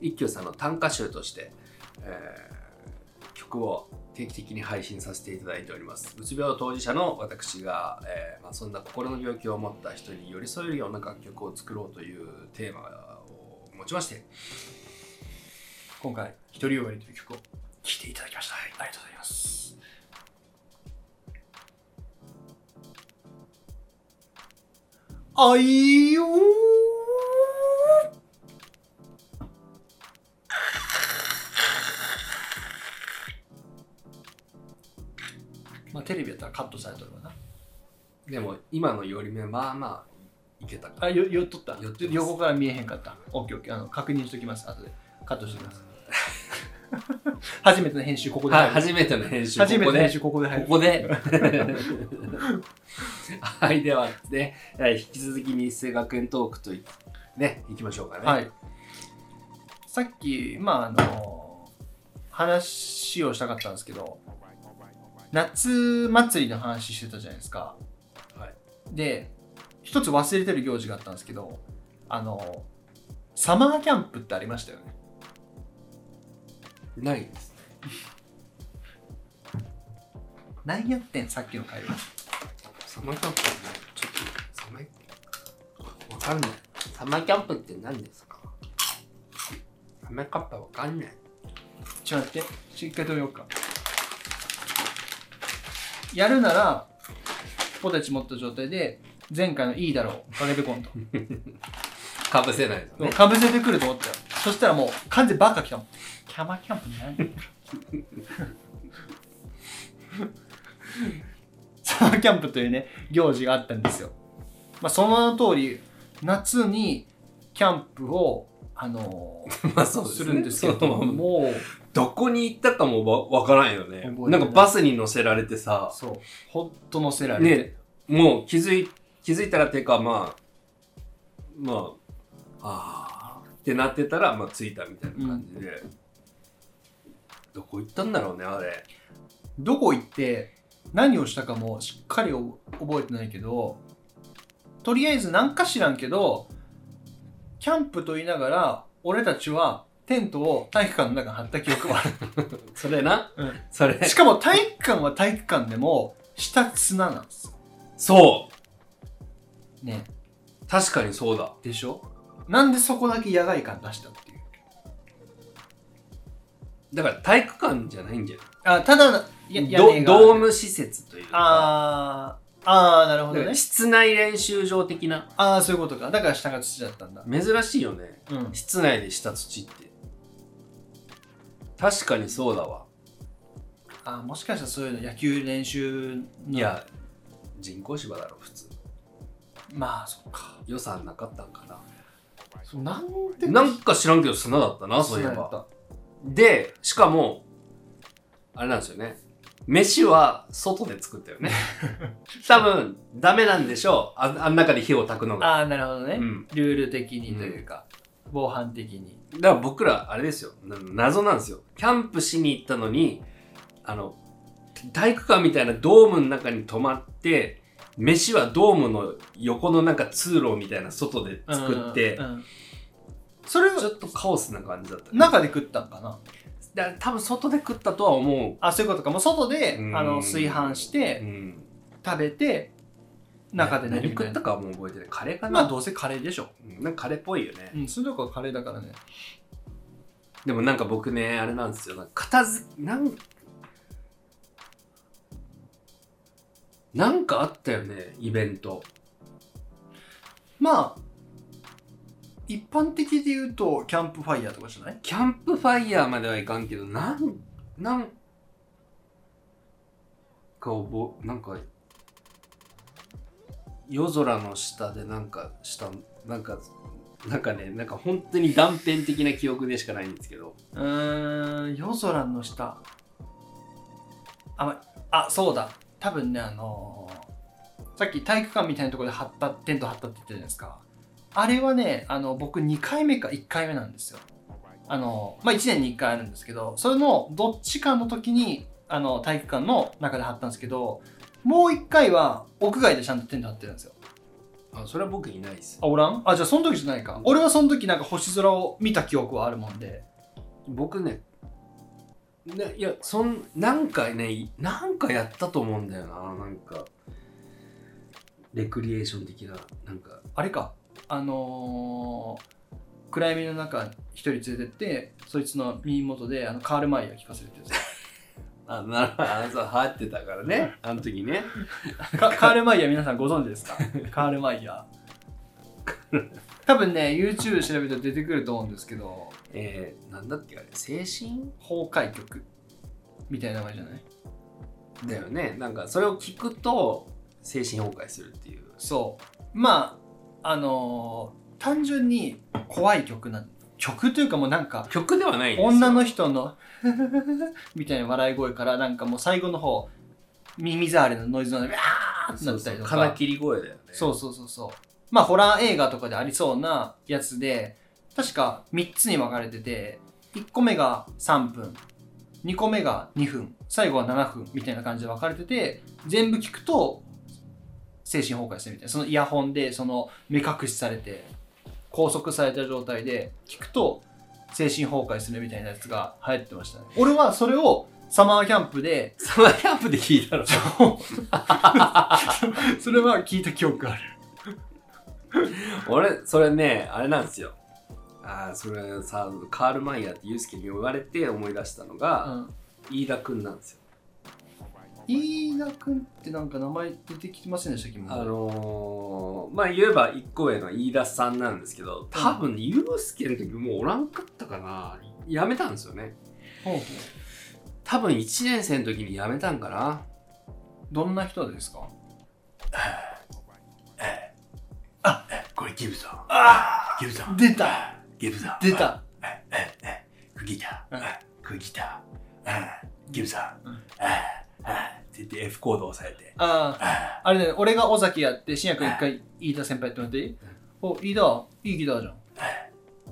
[SPEAKER 1] 一休さんの短歌集として、えー曲を定期的に配信させていただいております。うつ病当事者の私が、えーまあ、そんな心の病気を持った人に寄り添えるような楽曲を作ろうというテーマを持ちまして、
[SPEAKER 2] 今回「一人よがり」という曲を
[SPEAKER 1] 聴いていただきました。ありがとうございます。
[SPEAKER 2] あいよー まあテレビやったらカットされとるわな
[SPEAKER 1] でも、今のより目、まあまあ、いけたか
[SPEAKER 2] あよ寄っとった
[SPEAKER 1] 寄ってます
[SPEAKER 2] 横から見えへんかったオッケーオッケーあの確認しときます後でカットしときます 初めての編集ここで
[SPEAKER 1] はい、
[SPEAKER 2] 入る
[SPEAKER 1] 初めての編集、
[SPEAKER 2] 初めて
[SPEAKER 1] ここ
[SPEAKER 2] の編
[SPEAKER 1] でこ
[SPEAKER 2] 集ここで入る
[SPEAKER 1] こで。はい、ではね、えー引き続き日生学園トークとい、ね、行きましょうかね。
[SPEAKER 2] はい。さっき、まあ、あの、話をしたかったんですけど、夏祭りの話してたじゃないですか。
[SPEAKER 1] はい
[SPEAKER 2] で、一つ忘れてる行事があったんですけど、あの、サマーキャンプってありましたよね。
[SPEAKER 1] ないです。
[SPEAKER 2] 何やってん、さっきの会話。
[SPEAKER 1] サマーキャンプってね、ちょっと、サマー、わかんない。サマーキャンプって何ですかサマーキャンプわかんない。
[SPEAKER 2] ちょっと待って、ちょ一回止めようか。やるなら、ポテチ持った状態で、前回のいいだろう、カゲベコンと。
[SPEAKER 1] かぶせないですね。
[SPEAKER 2] かぶせてくると思ったよそしたらもう完全バカ来たもんキャマキャンプ何 サマーキャンプというね行事があったんですよまあその名の通り夏にキャンプをあのー
[SPEAKER 1] まあそうですす,、
[SPEAKER 2] るんですけど
[SPEAKER 1] もう
[SPEAKER 2] もう
[SPEAKER 1] どこに行ったかもわわからんよね
[SPEAKER 2] 覚えて。
[SPEAKER 1] な
[SPEAKER 2] な
[SPEAKER 1] いんかバスに乗せられてさ、
[SPEAKER 2] そうほんと乗せられて、
[SPEAKER 1] ねもう気づい、気づいたらっていうか、まあ、まあ、あーってなってたら、まあ着いたみたいな感じで。どこ行ったんだろうね、あれ。
[SPEAKER 2] どこ行って何をしたかもしっかりお覚えてないけどとりあえず何か知らんけどキャンプと言いながら俺たちはテントを体育館の中に張った記憶はあ
[SPEAKER 1] それな、
[SPEAKER 2] うん
[SPEAKER 1] それ
[SPEAKER 2] るし。かも体育館は体育館でも下砂なんですよ
[SPEAKER 1] そ
[SPEAKER 2] ね
[SPEAKER 1] う確かにそうだ。
[SPEAKER 2] でしょなんでそこだけ野外感出したっていう
[SPEAKER 1] だから体育館じゃないんじゃ
[SPEAKER 2] あただ
[SPEAKER 1] な
[SPEAKER 2] や
[SPEAKER 1] い
[SPEAKER 2] 屋根が
[SPEAKER 1] ドドーム施設というか。
[SPEAKER 2] あーあーなるほど
[SPEAKER 1] だか
[SPEAKER 2] ね
[SPEAKER 1] ら室内練習場的な。
[SPEAKER 2] ああそういうことかだから下が土だったんだ
[SPEAKER 1] 珍しいよね。
[SPEAKER 2] うん
[SPEAKER 1] 室内でした土って。確かにそうだわ。
[SPEAKER 2] あーもしかしたらそういうの野球練習の
[SPEAKER 1] いや、人工芝だろ、普通。
[SPEAKER 2] まあそっか
[SPEAKER 1] 予算なかったんかな。
[SPEAKER 2] そうなんで
[SPEAKER 1] なんか知らんけど砂だったな、そういえ
[SPEAKER 2] 砂だった
[SPEAKER 1] ば。で、しかも、あれなんですよね。飯は外で作ったよ ね。多分、ダメなんでしょう。ああん中で火を焚くのが。
[SPEAKER 2] ああなるほどね、
[SPEAKER 1] うん
[SPEAKER 2] ルール的にというか、防犯的に
[SPEAKER 1] だから僕ら、あれですよ。な謎なんですよ。キャンプしに行ったのに、あの、体育館みたいなドームの中に泊まって、飯はドームの横のなんか通路みたいな外で作って、
[SPEAKER 2] うんうんそれを
[SPEAKER 1] ちょっとカオスな感じだった、ね。
[SPEAKER 2] 中で食ったんかな
[SPEAKER 1] だから多分外で食ったとは思う。
[SPEAKER 2] あそういうことかもう外で
[SPEAKER 1] うん
[SPEAKER 2] あの炊飯し
[SPEAKER 1] う
[SPEAKER 2] て
[SPEAKER 1] ん、
[SPEAKER 2] 食べて中で
[SPEAKER 1] ね何
[SPEAKER 2] 寝るみ
[SPEAKER 1] 食
[SPEAKER 2] たい
[SPEAKER 1] った
[SPEAKER 2] な
[SPEAKER 1] かはもう覚えてないカレーかな、
[SPEAKER 2] まあどうせカレーでしょ
[SPEAKER 1] うんなんかカレーっぽいよね、
[SPEAKER 2] うんそういうとこはカレーだからね
[SPEAKER 1] でもなんか僕ねあれなんですよなんか片付なんなんかあったよねイベント
[SPEAKER 2] まあ一般的で言うとキャンプファイヤーとかじゃない
[SPEAKER 1] キャンプファイヤーまではいかんけどなんなんかおぼなんか夜空の下でなんかしたなんかなんかねなんか本当に断片的な記憶でしかないんですけど
[SPEAKER 2] うーん夜空の下あまあそうだ多分ねあのさっき体育館みたいなところで張ったテント張ったって言ったじゃないですかあれはねあの僕2回目か1回目なんですよあのまあ1年に1回あるんですけどそれのどっちかの時にあの体育館の中で張ったんですけどもう1回は屋外でちゃんとテント張ってるんですよ
[SPEAKER 1] あそれは僕いないです
[SPEAKER 2] あおらんあじゃあその時じゃないか俺はその時なんか星空を見た記憶はあるもんで
[SPEAKER 1] 僕ねないやそんなんかねいなんかやったと思うんだよななんかレクリエーション的ななんか
[SPEAKER 2] あれかあのー暗闇の中一人連れてってそいつの耳元であのカール・マイヤー聞かせるってや
[SPEAKER 1] あなるほどあのそう入ってたからねあの時ね
[SPEAKER 2] つかカール・マイヤー皆さんご存知ですかカール・マイヤー多分ね YouTube で調べたら出てくると思うんですけど
[SPEAKER 1] えー、なんだっけあれ精神
[SPEAKER 2] 崩壊曲みたいな名前じゃない
[SPEAKER 1] だよねなんかそれを聞くと精神崩壊するっていう
[SPEAKER 2] そうまああのー単純に怖い曲なん曲というかもうなんか
[SPEAKER 1] 曲ではないんですよ
[SPEAKER 2] 女の人の みたいな笑い声からなんかもう最後の方耳障りのノイズの中でわーって
[SPEAKER 1] そ
[SPEAKER 2] な
[SPEAKER 1] う
[SPEAKER 2] った
[SPEAKER 1] そう
[SPEAKER 2] りとか
[SPEAKER 1] 金切り声だよね
[SPEAKER 2] そうそうそうそうまあホラー映画とかでありそうなやつで確か3つに分かれてて1個目が3分2個目が2分最後は7分みたいな感じで分かれてて全部聞くと精神崩壊するみたいなそのイヤホンでその目隠しされて拘束された状態で聞くと精神崩壊するみたいなやつが流行ってましたね俺はそれをサマーキャンプで
[SPEAKER 1] サマーキャンプで聞いたら
[SPEAKER 2] それは聞いた記憶がある
[SPEAKER 1] 俺それねあれなんですよあーそれさカール・マイヤーってユースケに言われて思い出したの
[SPEAKER 2] う
[SPEAKER 1] が、
[SPEAKER 2] ん
[SPEAKER 1] 飯田くんなんですよ
[SPEAKER 2] 飯田君ってなんか名前出てきませんでしたっけ今
[SPEAKER 1] あ
[SPEAKER 2] まで
[SPEAKER 1] のー、まあ言えば一個上の飯田さんなんですけど多分ねユースケの時もうおらんかったかな辞めたんですよね
[SPEAKER 2] ほうほう
[SPEAKER 1] 多分1年生の時に辞めたんかな
[SPEAKER 2] どんな人ですか
[SPEAKER 1] これギブソンギブソン
[SPEAKER 2] 出た
[SPEAKER 1] ギブソン
[SPEAKER 2] 出た
[SPEAKER 1] クギタ
[SPEAKER 2] うん
[SPEAKER 1] ー、クギター、ギブさん
[SPEAKER 2] うん、
[SPEAKER 1] ああああって言って F コードを押さえて、あ
[SPEAKER 2] あああれだよね俺が尾崎やって新君一回飯田先輩やってもらっていいお飯田いいギターじゃん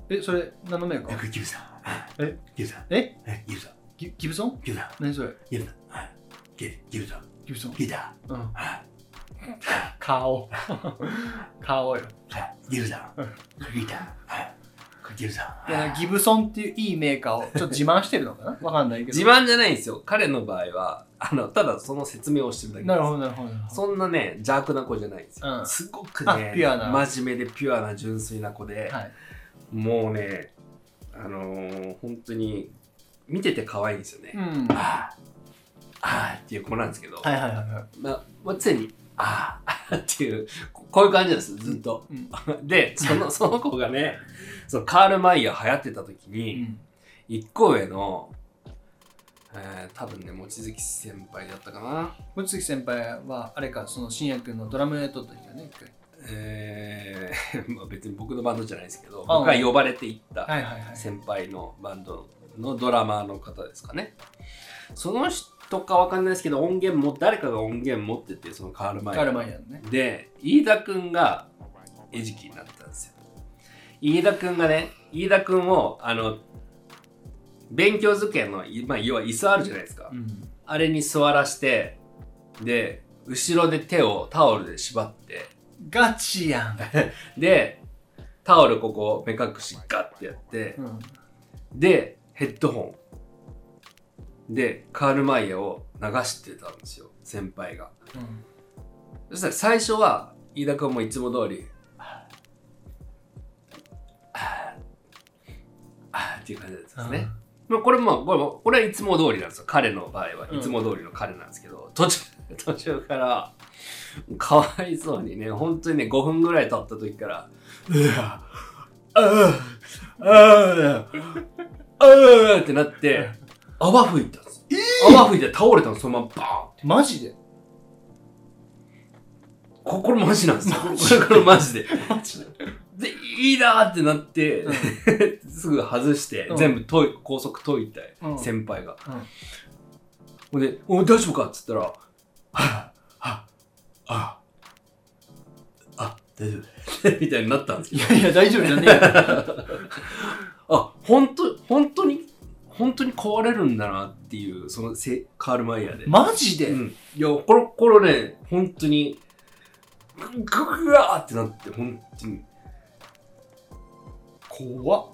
[SPEAKER 2] えそれ何のメーカ
[SPEAKER 1] あ
[SPEAKER 2] ー
[SPEAKER 1] ギブさん、ああ
[SPEAKER 2] え
[SPEAKER 1] ギブさん、
[SPEAKER 2] え
[SPEAKER 1] ギブさん、
[SPEAKER 2] ギギブソン
[SPEAKER 1] ギブさん、
[SPEAKER 2] 何それ
[SPEAKER 1] ギブさん、ああギギブさん、
[SPEAKER 2] ギブソン
[SPEAKER 1] ギタ
[SPEAKER 2] うん
[SPEAKER 1] ー、あ
[SPEAKER 2] 顔顔よ
[SPEAKER 1] あギブさん、クギター、ああギブさん
[SPEAKER 2] いや
[SPEAKER 1] ああ。
[SPEAKER 2] ギブソンっていういいメーカーをちょっと自慢してるのかなわかんないけど
[SPEAKER 1] 自慢じゃないんですよ。彼の場合は、あの、ただその説明をしてるだけです。
[SPEAKER 2] なるほどなるほどなるほど
[SPEAKER 1] そんなね、邪悪な子じゃないんですよ。
[SPEAKER 2] うん
[SPEAKER 1] すごく
[SPEAKER 2] あ
[SPEAKER 1] ね、
[SPEAKER 2] ピュアな
[SPEAKER 1] 真面目でピュアな純粋な子で、
[SPEAKER 2] はい
[SPEAKER 1] もうね、あのー本当に見てて可愛いんですよね。
[SPEAKER 2] うん
[SPEAKER 1] あ
[SPEAKER 2] はい
[SPEAKER 1] ーあーっていう子なんですけど、
[SPEAKER 2] はいはいはい
[SPEAKER 1] まあまあ、常にあーあーっていう、ここういう感じなんです、ずっと。
[SPEAKER 2] う ん
[SPEAKER 1] で、そ のその子がね、そのカール・マイヤー流行ってた時
[SPEAKER 2] う
[SPEAKER 1] に、
[SPEAKER 2] ん
[SPEAKER 1] 一個上の、えー、多分ね、望月先輩だったかな。
[SPEAKER 2] 望月先輩はあれかその新也君のドラムやっとった人やね一回
[SPEAKER 1] えー まあ別に僕のバンドじゃないですけど、
[SPEAKER 2] あ
[SPEAKER 1] 僕が呼ばれていった
[SPEAKER 2] はいはいはい
[SPEAKER 1] 先輩のバンドのドラマーの方ですかねその人かわかんないですけど音源も誰かが音源持っててそのカールマイ
[SPEAKER 2] カ
[SPEAKER 1] ヤ
[SPEAKER 2] ール
[SPEAKER 1] ー
[SPEAKER 2] マイヤーのね
[SPEAKER 1] で飯田くんが餌食になったんですよ飯田くんがね飯田くんをあの勉強机の、いまあ、要は椅子あるじゃないですか、
[SPEAKER 2] うん
[SPEAKER 1] あれに座らしてで後ろで手をタオルで縛って
[SPEAKER 2] ガチやん、
[SPEAKER 1] でタオルここ目隠しガッてやって、
[SPEAKER 2] うん、
[SPEAKER 1] でヘッドホンでカール・マイヤーを流してたんですよ先輩がそしたら最初は飯田君もいつも通りはぁはぁはぁっていう感じだったんですね、まあ、これもこれもこれはいつも通りなんですよ彼の場合は
[SPEAKER 2] うん
[SPEAKER 1] いつも通りの彼なんですけど、途中 途中からかわいそうにね本当にね5分ぐらい経った時から「うわああああああ」ってなって泡吹いたんです、泡吹いて倒れたのそのままバーン
[SPEAKER 2] マジで
[SPEAKER 1] ここれマジなんですよ。これこれマジで。
[SPEAKER 2] マジで
[SPEAKER 1] で、いいなーってなって、
[SPEAKER 2] う
[SPEAKER 1] すぐ外して、
[SPEAKER 2] うん
[SPEAKER 1] 全部解い高速解いたい、
[SPEAKER 2] うん
[SPEAKER 1] 先輩が
[SPEAKER 2] う
[SPEAKER 1] ほ、
[SPEAKER 2] ん。
[SPEAKER 1] んで、おい大丈夫かっつったら、はあ、はあ、あ、大丈夫。 みたいになったんですけ
[SPEAKER 2] い
[SPEAKER 1] ど。
[SPEAKER 2] やいや、大丈夫じゃねえよ。
[SPEAKER 1] あ、本当本当に、本当に壊れるんだなっていう、そのせカールマイヤーで。
[SPEAKER 2] マジで、
[SPEAKER 1] うん、いや、これ、これね、本当に、ぐぐぐわーってなって、本当に。
[SPEAKER 2] 怖っ。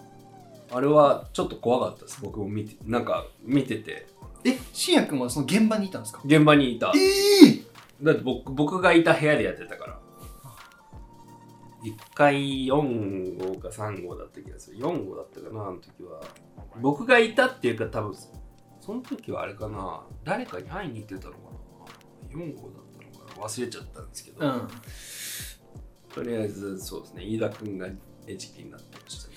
[SPEAKER 1] あれはちょっと怖かったです、僕も見て、なんか見てて。
[SPEAKER 2] え、信也くんはその現場にいたんですか
[SPEAKER 1] 現場にいた。
[SPEAKER 2] ええ
[SPEAKER 1] だって僕僕がいた部屋でやってたから1回4号か3号だった気がする4号だったかなあの時は僕がいたっていうか多分その時はあれかな誰かに会いに行ってたのかな4号だったのかな忘れちゃったんですけど、と
[SPEAKER 2] うん。
[SPEAKER 1] りあえずそうですね飯田君が餌食になってましたね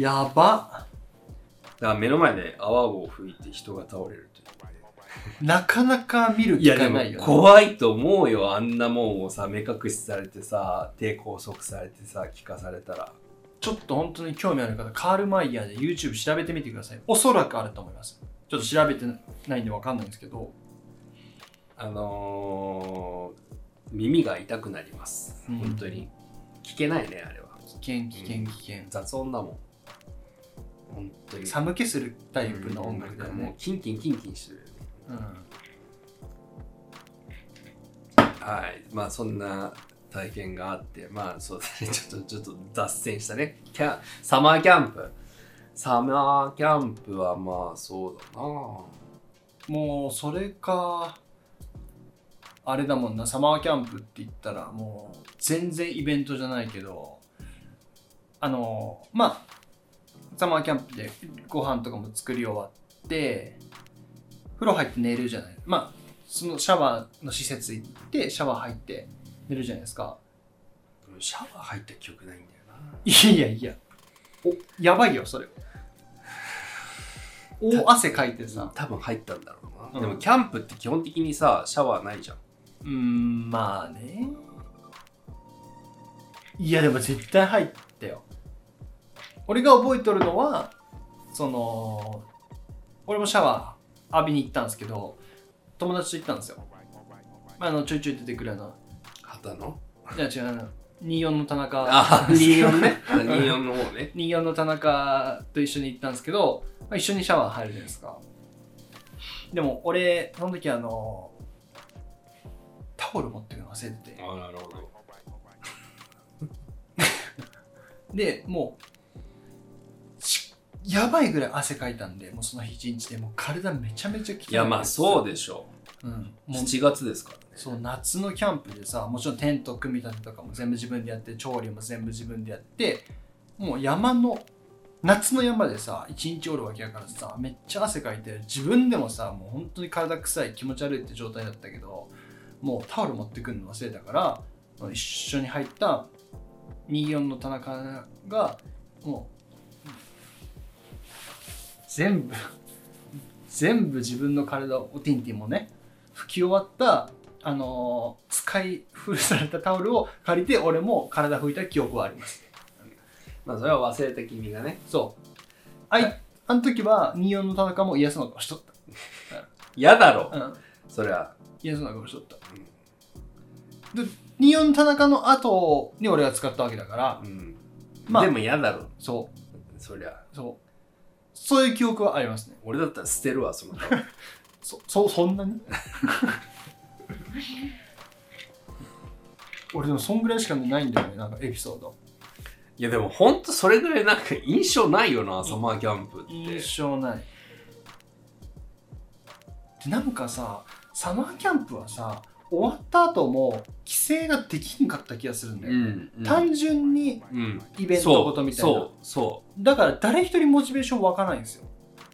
[SPEAKER 2] やば。
[SPEAKER 1] だから目の前で泡を吹いて人が倒れるという
[SPEAKER 2] なかなか見る
[SPEAKER 1] い
[SPEAKER 2] 機
[SPEAKER 1] やで
[SPEAKER 2] 会
[SPEAKER 1] も
[SPEAKER 2] ないよ、ね。
[SPEAKER 1] 怖いと思うよあんなもんをさ目隠しされてさ手拘束されてさ聞かされたら
[SPEAKER 2] ちょっと本当に興味ある方、カールマイヤーで YouTube 調べてみてください。おそらくあると思います。ちょっと調べてないんでわかんないんですけど。
[SPEAKER 1] あのー、耳が痛くなります、
[SPEAKER 2] うん
[SPEAKER 1] 本当に聞けないねあれは
[SPEAKER 2] 危険、危険、危険。
[SPEAKER 1] 雑音だもん本当に
[SPEAKER 2] 寒気するタ
[SPEAKER 1] タ
[SPEAKER 2] イプの音楽だよ
[SPEAKER 1] もう
[SPEAKER 2] ね。
[SPEAKER 1] キンキンキンキンしてるよね
[SPEAKER 2] うん。
[SPEAKER 1] はいまあそんな体験があってまあそうですね ちょっとちょっと脱線したねキャンサマーキャンプサマーキャンプはまあそうだな
[SPEAKER 2] もうそれかあれだもんなサマーキャンプって言ったらもう全然イベントじゃないけどあのまあサマーキャンプでご飯とかも作り終わって風呂入って寝るじゃないまあそのシャワーの施設行ってシャワー入って寝るじゃないですか
[SPEAKER 1] シャワー入った記憶ないんだよない
[SPEAKER 2] やいやいやおやばいよそ れ大汗かいてさ
[SPEAKER 1] 多分入ったんだろうな、
[SPEAKER 2] うん
[SPEAKER 1] でもキャンプって基本的にさシャワーないじゃん
[SPEAKER 2] うーんまあねいやでも絶対入ったよ俺が覚えとるのはその俺もシャワー浴びに行ったんですけど友達と行ったんですよまああのちょいちょい出てくるあの
[SPEAKER 1] 旗の
[SPEAKER 2] いや違うあの24の田中
[SPEAKER 1] あ24ね 24の方ね
[SPEAKER 2] 24の田中と一緒に行ったんですけど、まあ、一緒にシャワー入るじゃないですかでも俺その時あのタオル持ってるの忘れてて
[SPEAKER 1] あなるほど
[SPEAKER 2] でもうしやばいぐらい汗かいたんでもうその日一日でもう体めちゃめちゃ汚い
[SPEAKER 1] いやまあそう
[SPEAKER 2] で
[SPEAKER 1] でしょ
[SPEAKER 2] す、うん、
[SPEAKER 1] う
[SPEAKER 2] もう
[SPEAKER 1] 7月ですからね
[SPEAKER 2] そう夏のキャンプでさもちろんテント組み立てとかも全部自分でやって調理も全部自分でやってもう山の夏の山でさ一日おるわけやからさめっちゃ汗かいて自分でもさもう本当に体臭い気持ち悪いって状態だったけどもうタオル持ってくるの忘れたから一緒に入った24の田中がもう全部全部自分の体をおティンティンもね拭き終わったあのー使い古されたタオルを借りて俺も体拭いた記憶はあります
[SPEAKER 1] まあそれは忘れた君がね
[SPEAKER 2] そうあいあの時は24の田中も嫌そうな顔しとっ
[SPEAKER 1] 嫌だろ
[SPEAKER 2] た、うん、
[SPEAKER 1] そりゃ
[SPEAKER 2] 嫌そうな顔しとった24の田中の後に俺が使ったわけだから
[SPEAKER 1] うん、
[SPEAKER 2] まあ
[SPEAKER 1] でも嫌だろ
[SPEAKER 2] そ
[SPEAKER 1] そりゃ
[SPEAKER 2] うそうそういう記憶はありますね
[SPEAKER 1] 俺だったら捨てるわそ の顔
[SPEAKER 2] そそそんなに 俺でもそんぐらいしかないんだよねなんかエピソード
[SPEAKER 1] いやでもほんとそれぐらいなんか印象ないよなサマーキャンプって
[SPEAKER 2] 印象ないでなんかさサマーキャンプはさ終わった後も規制ができんかった気がするんだ
[SPEAKER 1] う
[SPEAKER 2] よ、
[SPEAKER 1] ん、うん、
[SPEAKER 2] 単純に
[SPEAKER 1] うん
[SPEAKER 2] イベントごとみたいな
[SPEAKER 1] そうそ
[SPEAKER 2] だから誰一人モチベーション湧かないんですよ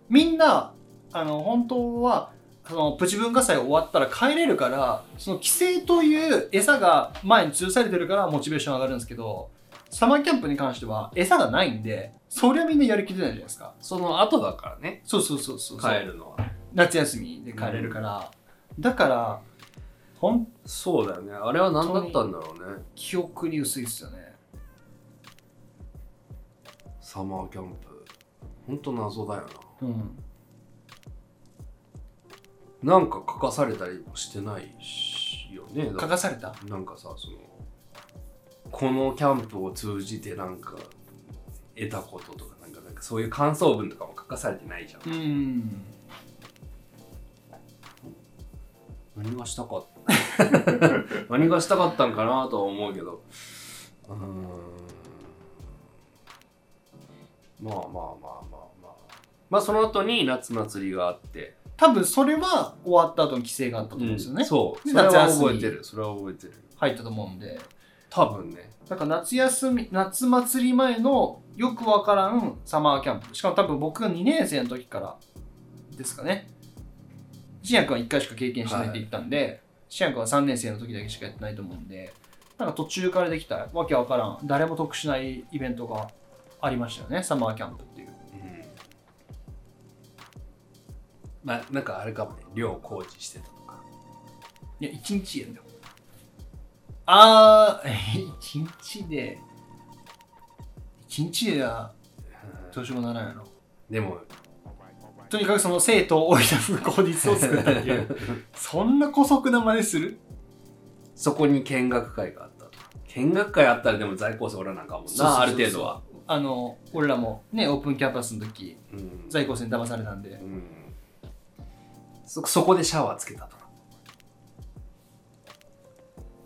[SPEAKER 2] みんなあの本当はそのプチ文化祭終わったら帰れるからその規制という餌が前に通されてるからモチベーション上がるんですけどサマーキャンプに関しては餌がないんでそりゃみんなやる気出ないじゃないですか
[SPEAKER 1] うその後だからね
[SPEAKER 2] そうそうそうそうそう
[SPEAKER 1] 帰るのは
[SPEAKER 2] 夏休みで帰れるから、だからほん
[SPEAKER 1] そうだよねあれは何だったんだろうね
[SPEAKER 2] 記憶に薄いっすよね
[SPEAKER 1] サマーキャンプほんと謎だよ
[SPEAKER 2] うん
[SPEAKER 1] ななんか書かされたりもしてないししいよね。
[SPEAKER 2] 書かされた
[SPEAKER 1] なんかさ、その、このキャンプを通じてなんか、得たこととか、なんか、なんかそういう感想文とかも書かされてないじゃん。
[SPEAKER 2] ん
[SPEAKER 1] 何がしたかった何がしたかったんかなとは思うけど。うーん。まあまあまあまあまあ。まあその後に夏祭りがあって。
[SPEAKER 2] 多分それは終わった後の規制があったと思うんですよね、
[SPEAKER 1] そう。
[SPEAKER 2] で
[SPEAKER 1] それは
[SPEAKER 2] 夏休み
[SPEAKER 1] 覚えてる。それは覚えてる。
[SPEAKER 2] 入ったと思うんで
[SPEAKER 1] 多分ね。
[SPEAKER 2] だから夏休み夏祭り前のよくわからんサマーキャンプしかも多分僕が2年生の時からですかね信也君は1回しか経験しないって言ったんで信也君は3年生の時だけしかやってないと思うんでなんか途中からできたわけわからん誰も得しないイベントがありましたよねサマーキャンプっていう
[SPEAKER 1] うん。まあなんかあれかもね。量工事してたとか。
[SPEAKER 2] いや、1日やんだよ。あー、1日 で、1日ではどうしようもならんやろ。
[SPEAKER 1] でも、
[SPEAKER 2] とにかくその生徒を置いた風効率を作ったって いう、そんな姑息な真似する
[SPEAKER 1] そこに見学会があったとか。見学会あったらでも在校生おらなんかもん
[SPEAKER 2] そうそうそうそう
[SPEAKER 1] な、ある程度は。
[SPEAKER 2] あの、俺らもね、オープンキャンパスの時、
[SPEAKER 1] うん
[SPEAKER 2] 在校生に騙されたんで
[SPEAKER 1] う、んそそこでシャワーつけたとか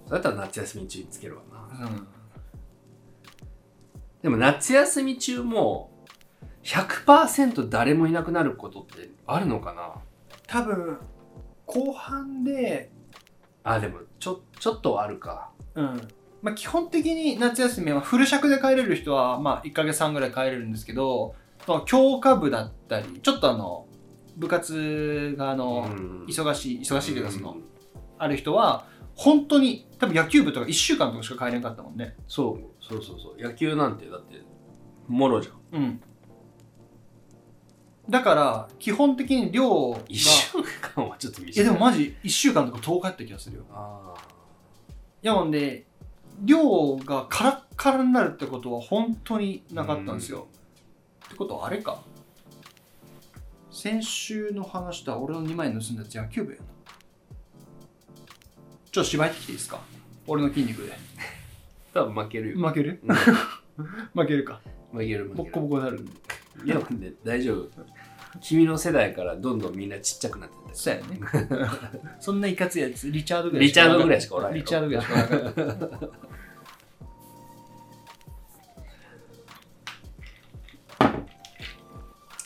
[SPEAKER 1] そうやったら夏休み中につけるわ
[SPEAKER 2] う。
[SPEAKER 1] なんでも夏休み中も100%誰もいなくなることってあるのかな
[SPEAKER 2] 多分、後半で、
[SPEAKER 1] あでもちょちょっとはあるか
[SPEAKER 2] うん。まあ、基本的に夏休みはフル尺で帰れる人は、まあ、1ヶ月半ぐらい帰れるんですけど、まあ教科部だったり、ちょっとあの、部活があの、
[SPEAKER 1] ん
[SPEAKER 2] 忙しい、忙しいというかその、
[SPEAKER 1] うん
[SPEAKER 2] ある人は、本当に、多分野球部とか1週間とかしか帰れなかったもんね。
[SPEAKER 1] そうそうそうそう野球なんてだってもろじゃん
[SPEAKER 2] うん。だから、基本的に寮が、
[SPEAKER 1] 1週間はちょっと
[SPEAKER 2] い
[SPEAKER 1] 短い
[SPEAKER 2] やでもマジ1週間とか10日やった気がするよ。
[SPEAKER 1] あ
[SPEAKER 2] いやもんで、寮がカラッカラになるってことは本当に
[SPEAKER 1] ー
[SPEAKER 2] なかったんですよ。ってことはあれか先週の話した俺の2枚盗んだやつ野球部やなちょっと芝居ってきていいですか俺の筋肉で
[SPEAKER 1] 多分負けるよ、
[SPEAKER 2] 負ける
[SPEAKER 1] うん
[SPEAKER 2] 負けるか
[SPEAKER 1] 負ける負け
[SPEAKER 2] ボ
[SPEAKER 1] る
[SPEAKER 2] ッコボコになるんで
[SPEAKER 1] いや、で大丈夫。君の世代からどんどんみんなちっちゃくなってったよ
[SPEAKER 2] そうやねそんないかついやつリチャードぐらい
[SPEAKER 1] リチャードぐらいしかおらんやろ
[SPEAKER 2] リチャードぐらいしかおらんかった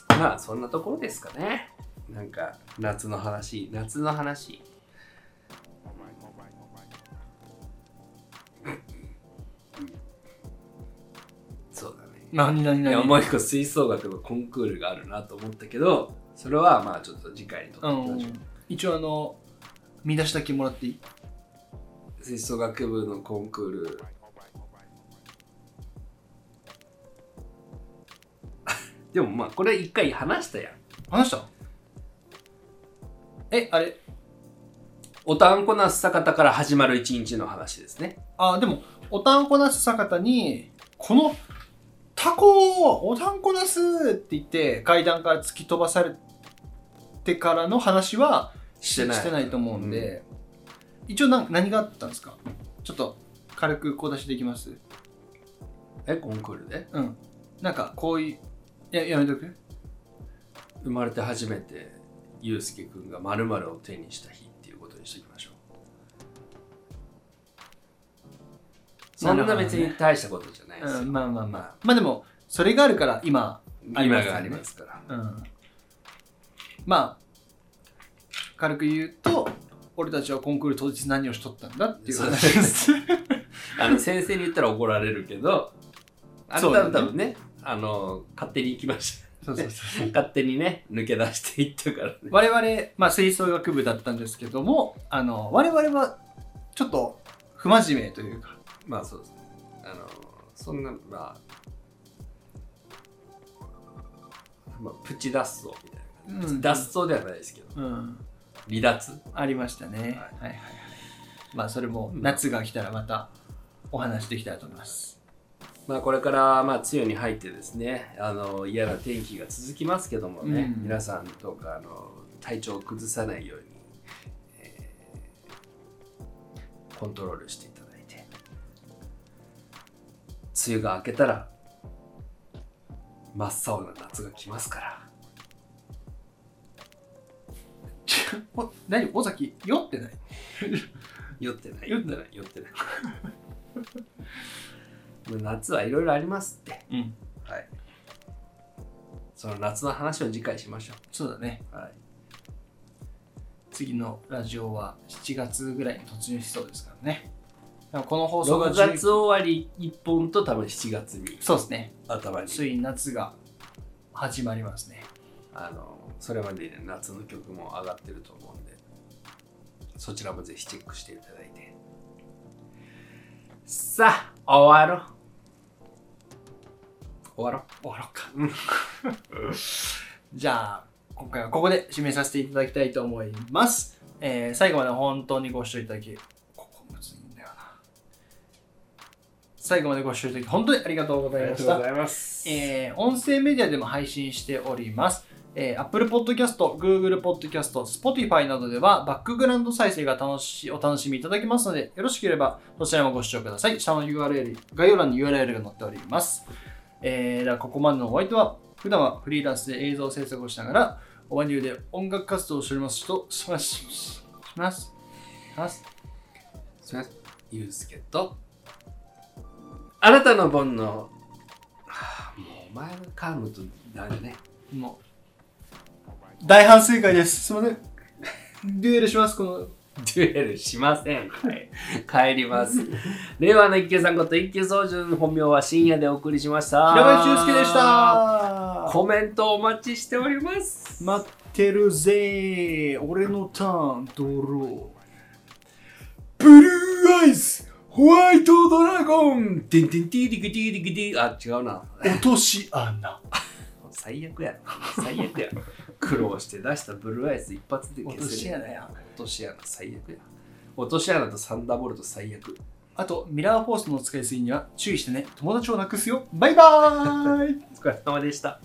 [SPEAKER 1] まあ、そんなところですかね。なんか、夏の話、夏の話。そうだね。
[SPEAKER 2] 何何
[SPEAKER 1] いや、
[SPEAKER 2] 何
[SPEAKER 1] もう一個吹奏楽のコンクールがあるなと思ったけど、それはまあちょっと次回にとって
[SPEAKER 2] う
[SPEAKER 1] おきましょうん
[SPEAKER 2] 一応あの見出しだけもらっていい
[SPEAKER 1] 吹奏楽部のコンクール でもまあこれ一回話したやん
[SPEAKER 2] 話したえあれ
[SPEAKER 1] おたんこなす坂田から始まる一日の話ですね
[SPEAKER 2] あ、でも、おたんこなす坂田に、この、タコをおたんこなすって言って、階段から突き飛ばされてからの話は
[SPEAKER 1] してない
[SPEAKER 2] と思うんで、一応な何があったんですかちょっと軽く小出しできます
[SPEAKER 1] えコンクールで
[SPEAKER 2] うん。なんか、こういう、いや、やめとく
[SPEAKER 1] 生まれて初めてゆうすけくんがまるを手にした日っていうことにしておきましょうそんな別に大したことじゃないですよ、
[SPEAKER 2] うん、まあまあまあ。まあでも、それがあるから、今、あり
[SPEAKER 1] 今
[SPEAKER 2] ますよね
[SPEAKER 1] がありますから
[SPEAKER 2] うんまあ軽く言うと俺たちはコンクール当日何をしとったんだっていう話 です。
[SPEAKER 1] あの先生に言ったら怒られるけど、あ
[SPEAKER 2] そ
[SPEAKER 1] な
[SPEAKER 2] う
[SPEAKER 1] た
[SPEAKER 2] だね
[SPEAKER 1] は多分ね、あの、勝手に行きました。
[SPEAKER 2] そうそうそう
[SPEAKER 1] 勝手にね、抜け出していったからね。
[SPEAKER 2] 我々、まあ、吹奏楽部だったんですけどもあの我々はちょっと不真面目というか
[SPEAKER 1] まあそうですね。あの、そんな、まあ、まあ、プチ脱走みたいな感じ。
[SPEAKER 2] うん
[SPEAKER 1] 脱走ではないですけど、
[SPEAKER 2] うん、
[SPEAKER 1] 離脱。
[SPEAKER 2] ありましたね、はい、はいはいはいまあそれも夏が来たらまたお話できたらと思います、
[SPEAKER 1] まあこれから、まあ、梅雨に入ってですね、あの、嫌な天気が続きますけどもね、
[SPEAKER 2] うん
[SPEAKER 1] 皆さんどうか、あの、体調を崩さないように、えーコントロールしていただいて梅雨が明けたら真っ青な夏が来ますから
[SPEAKER 2] ちょ お何尾崎酔ってない
[SPEAKER 1] 酔ってない酔ってない酔ってない もう夏はいろいろありますって
[SPEAKER 2] うん
[SPEAKER 1] はいその夏の話を次回しましょ
[SPEAKER 2] そうだね
[SPEAKER 1] うはい
[SPEAKER 2] 次のラジオは7月ぐらいに突入しそうですからねでもこの放送が
[SPEAKER 1] 6
[SPEAKER 2] 10
[SPEAKER 1] 月終わり1本と多分7月に
[SPEAKER 2] そうですね
[SPEAKER 1] 頭に
[SPEAKER 2] ついに夏が始まりますね
[SPEAKER 1] あのそれまでに夏の曲も上がってると思うんでそちらもぜひチェックしていただいてさあ終わろう終わろう
[SPEAKER 2] 終わろうかじゃあ今回はここで締めさせていただきたいと思います、えー最後まで本当にご視聴いただきここむずいんだよな最後までご視聴いただき本当にありがとうございました
[SPEAKER 1] います
[SPEAKER 2] えー音声メディアでも配信しております。えー Apple Podcast、Google Podcast、Spotify などではバックグラウンド再生が楽しお楽しみいただけますので、よろしければそちらもご視聴ください。下の URL、概要欄に URL が載っております。えーではここまでのお相手は、普段はフリーランスで映像制作をしながら、オバニューで音楽活動をしておりますと、します、します、します。
[SPEAKER 1] すみませんゆうすけとあなたの煩悩はあもうお前が噛むとだね
[SPEAKER 2] もう、大反省会です。すいません。デュエルします、この。
[SPEAKER 1] デュエルしません。はい。帰ります。令和の一休さんこと一休総順本名は深夜でお送りしました。
[SPEAKER 2] 平林俊介でした
[SPEAKER 1] コメントお待ちしております。
[SPEAKER 2] 待ってるぜ俺のターンドロ
[SPEAKER 1] ブルーアイスホワイトドラゴンテンテンティリクティリクティあ、違うな。
[SPEAKER 2] ー落とし穴
[SPEAKER 1] 最悪や。最悪や。苦労して出したブルーアイス一発で消せる。
[SPEAKER 2] 落とし穴や
[SPEAKER 1] 落とし穴最悪や。落とし穴とサンダーボルト最悪。
[SPEAKER 2] あとミラーフォースの使いすぎには注意してね友達をなくすよバイバーイ
[SPEAKER 1] お疲れ様でした。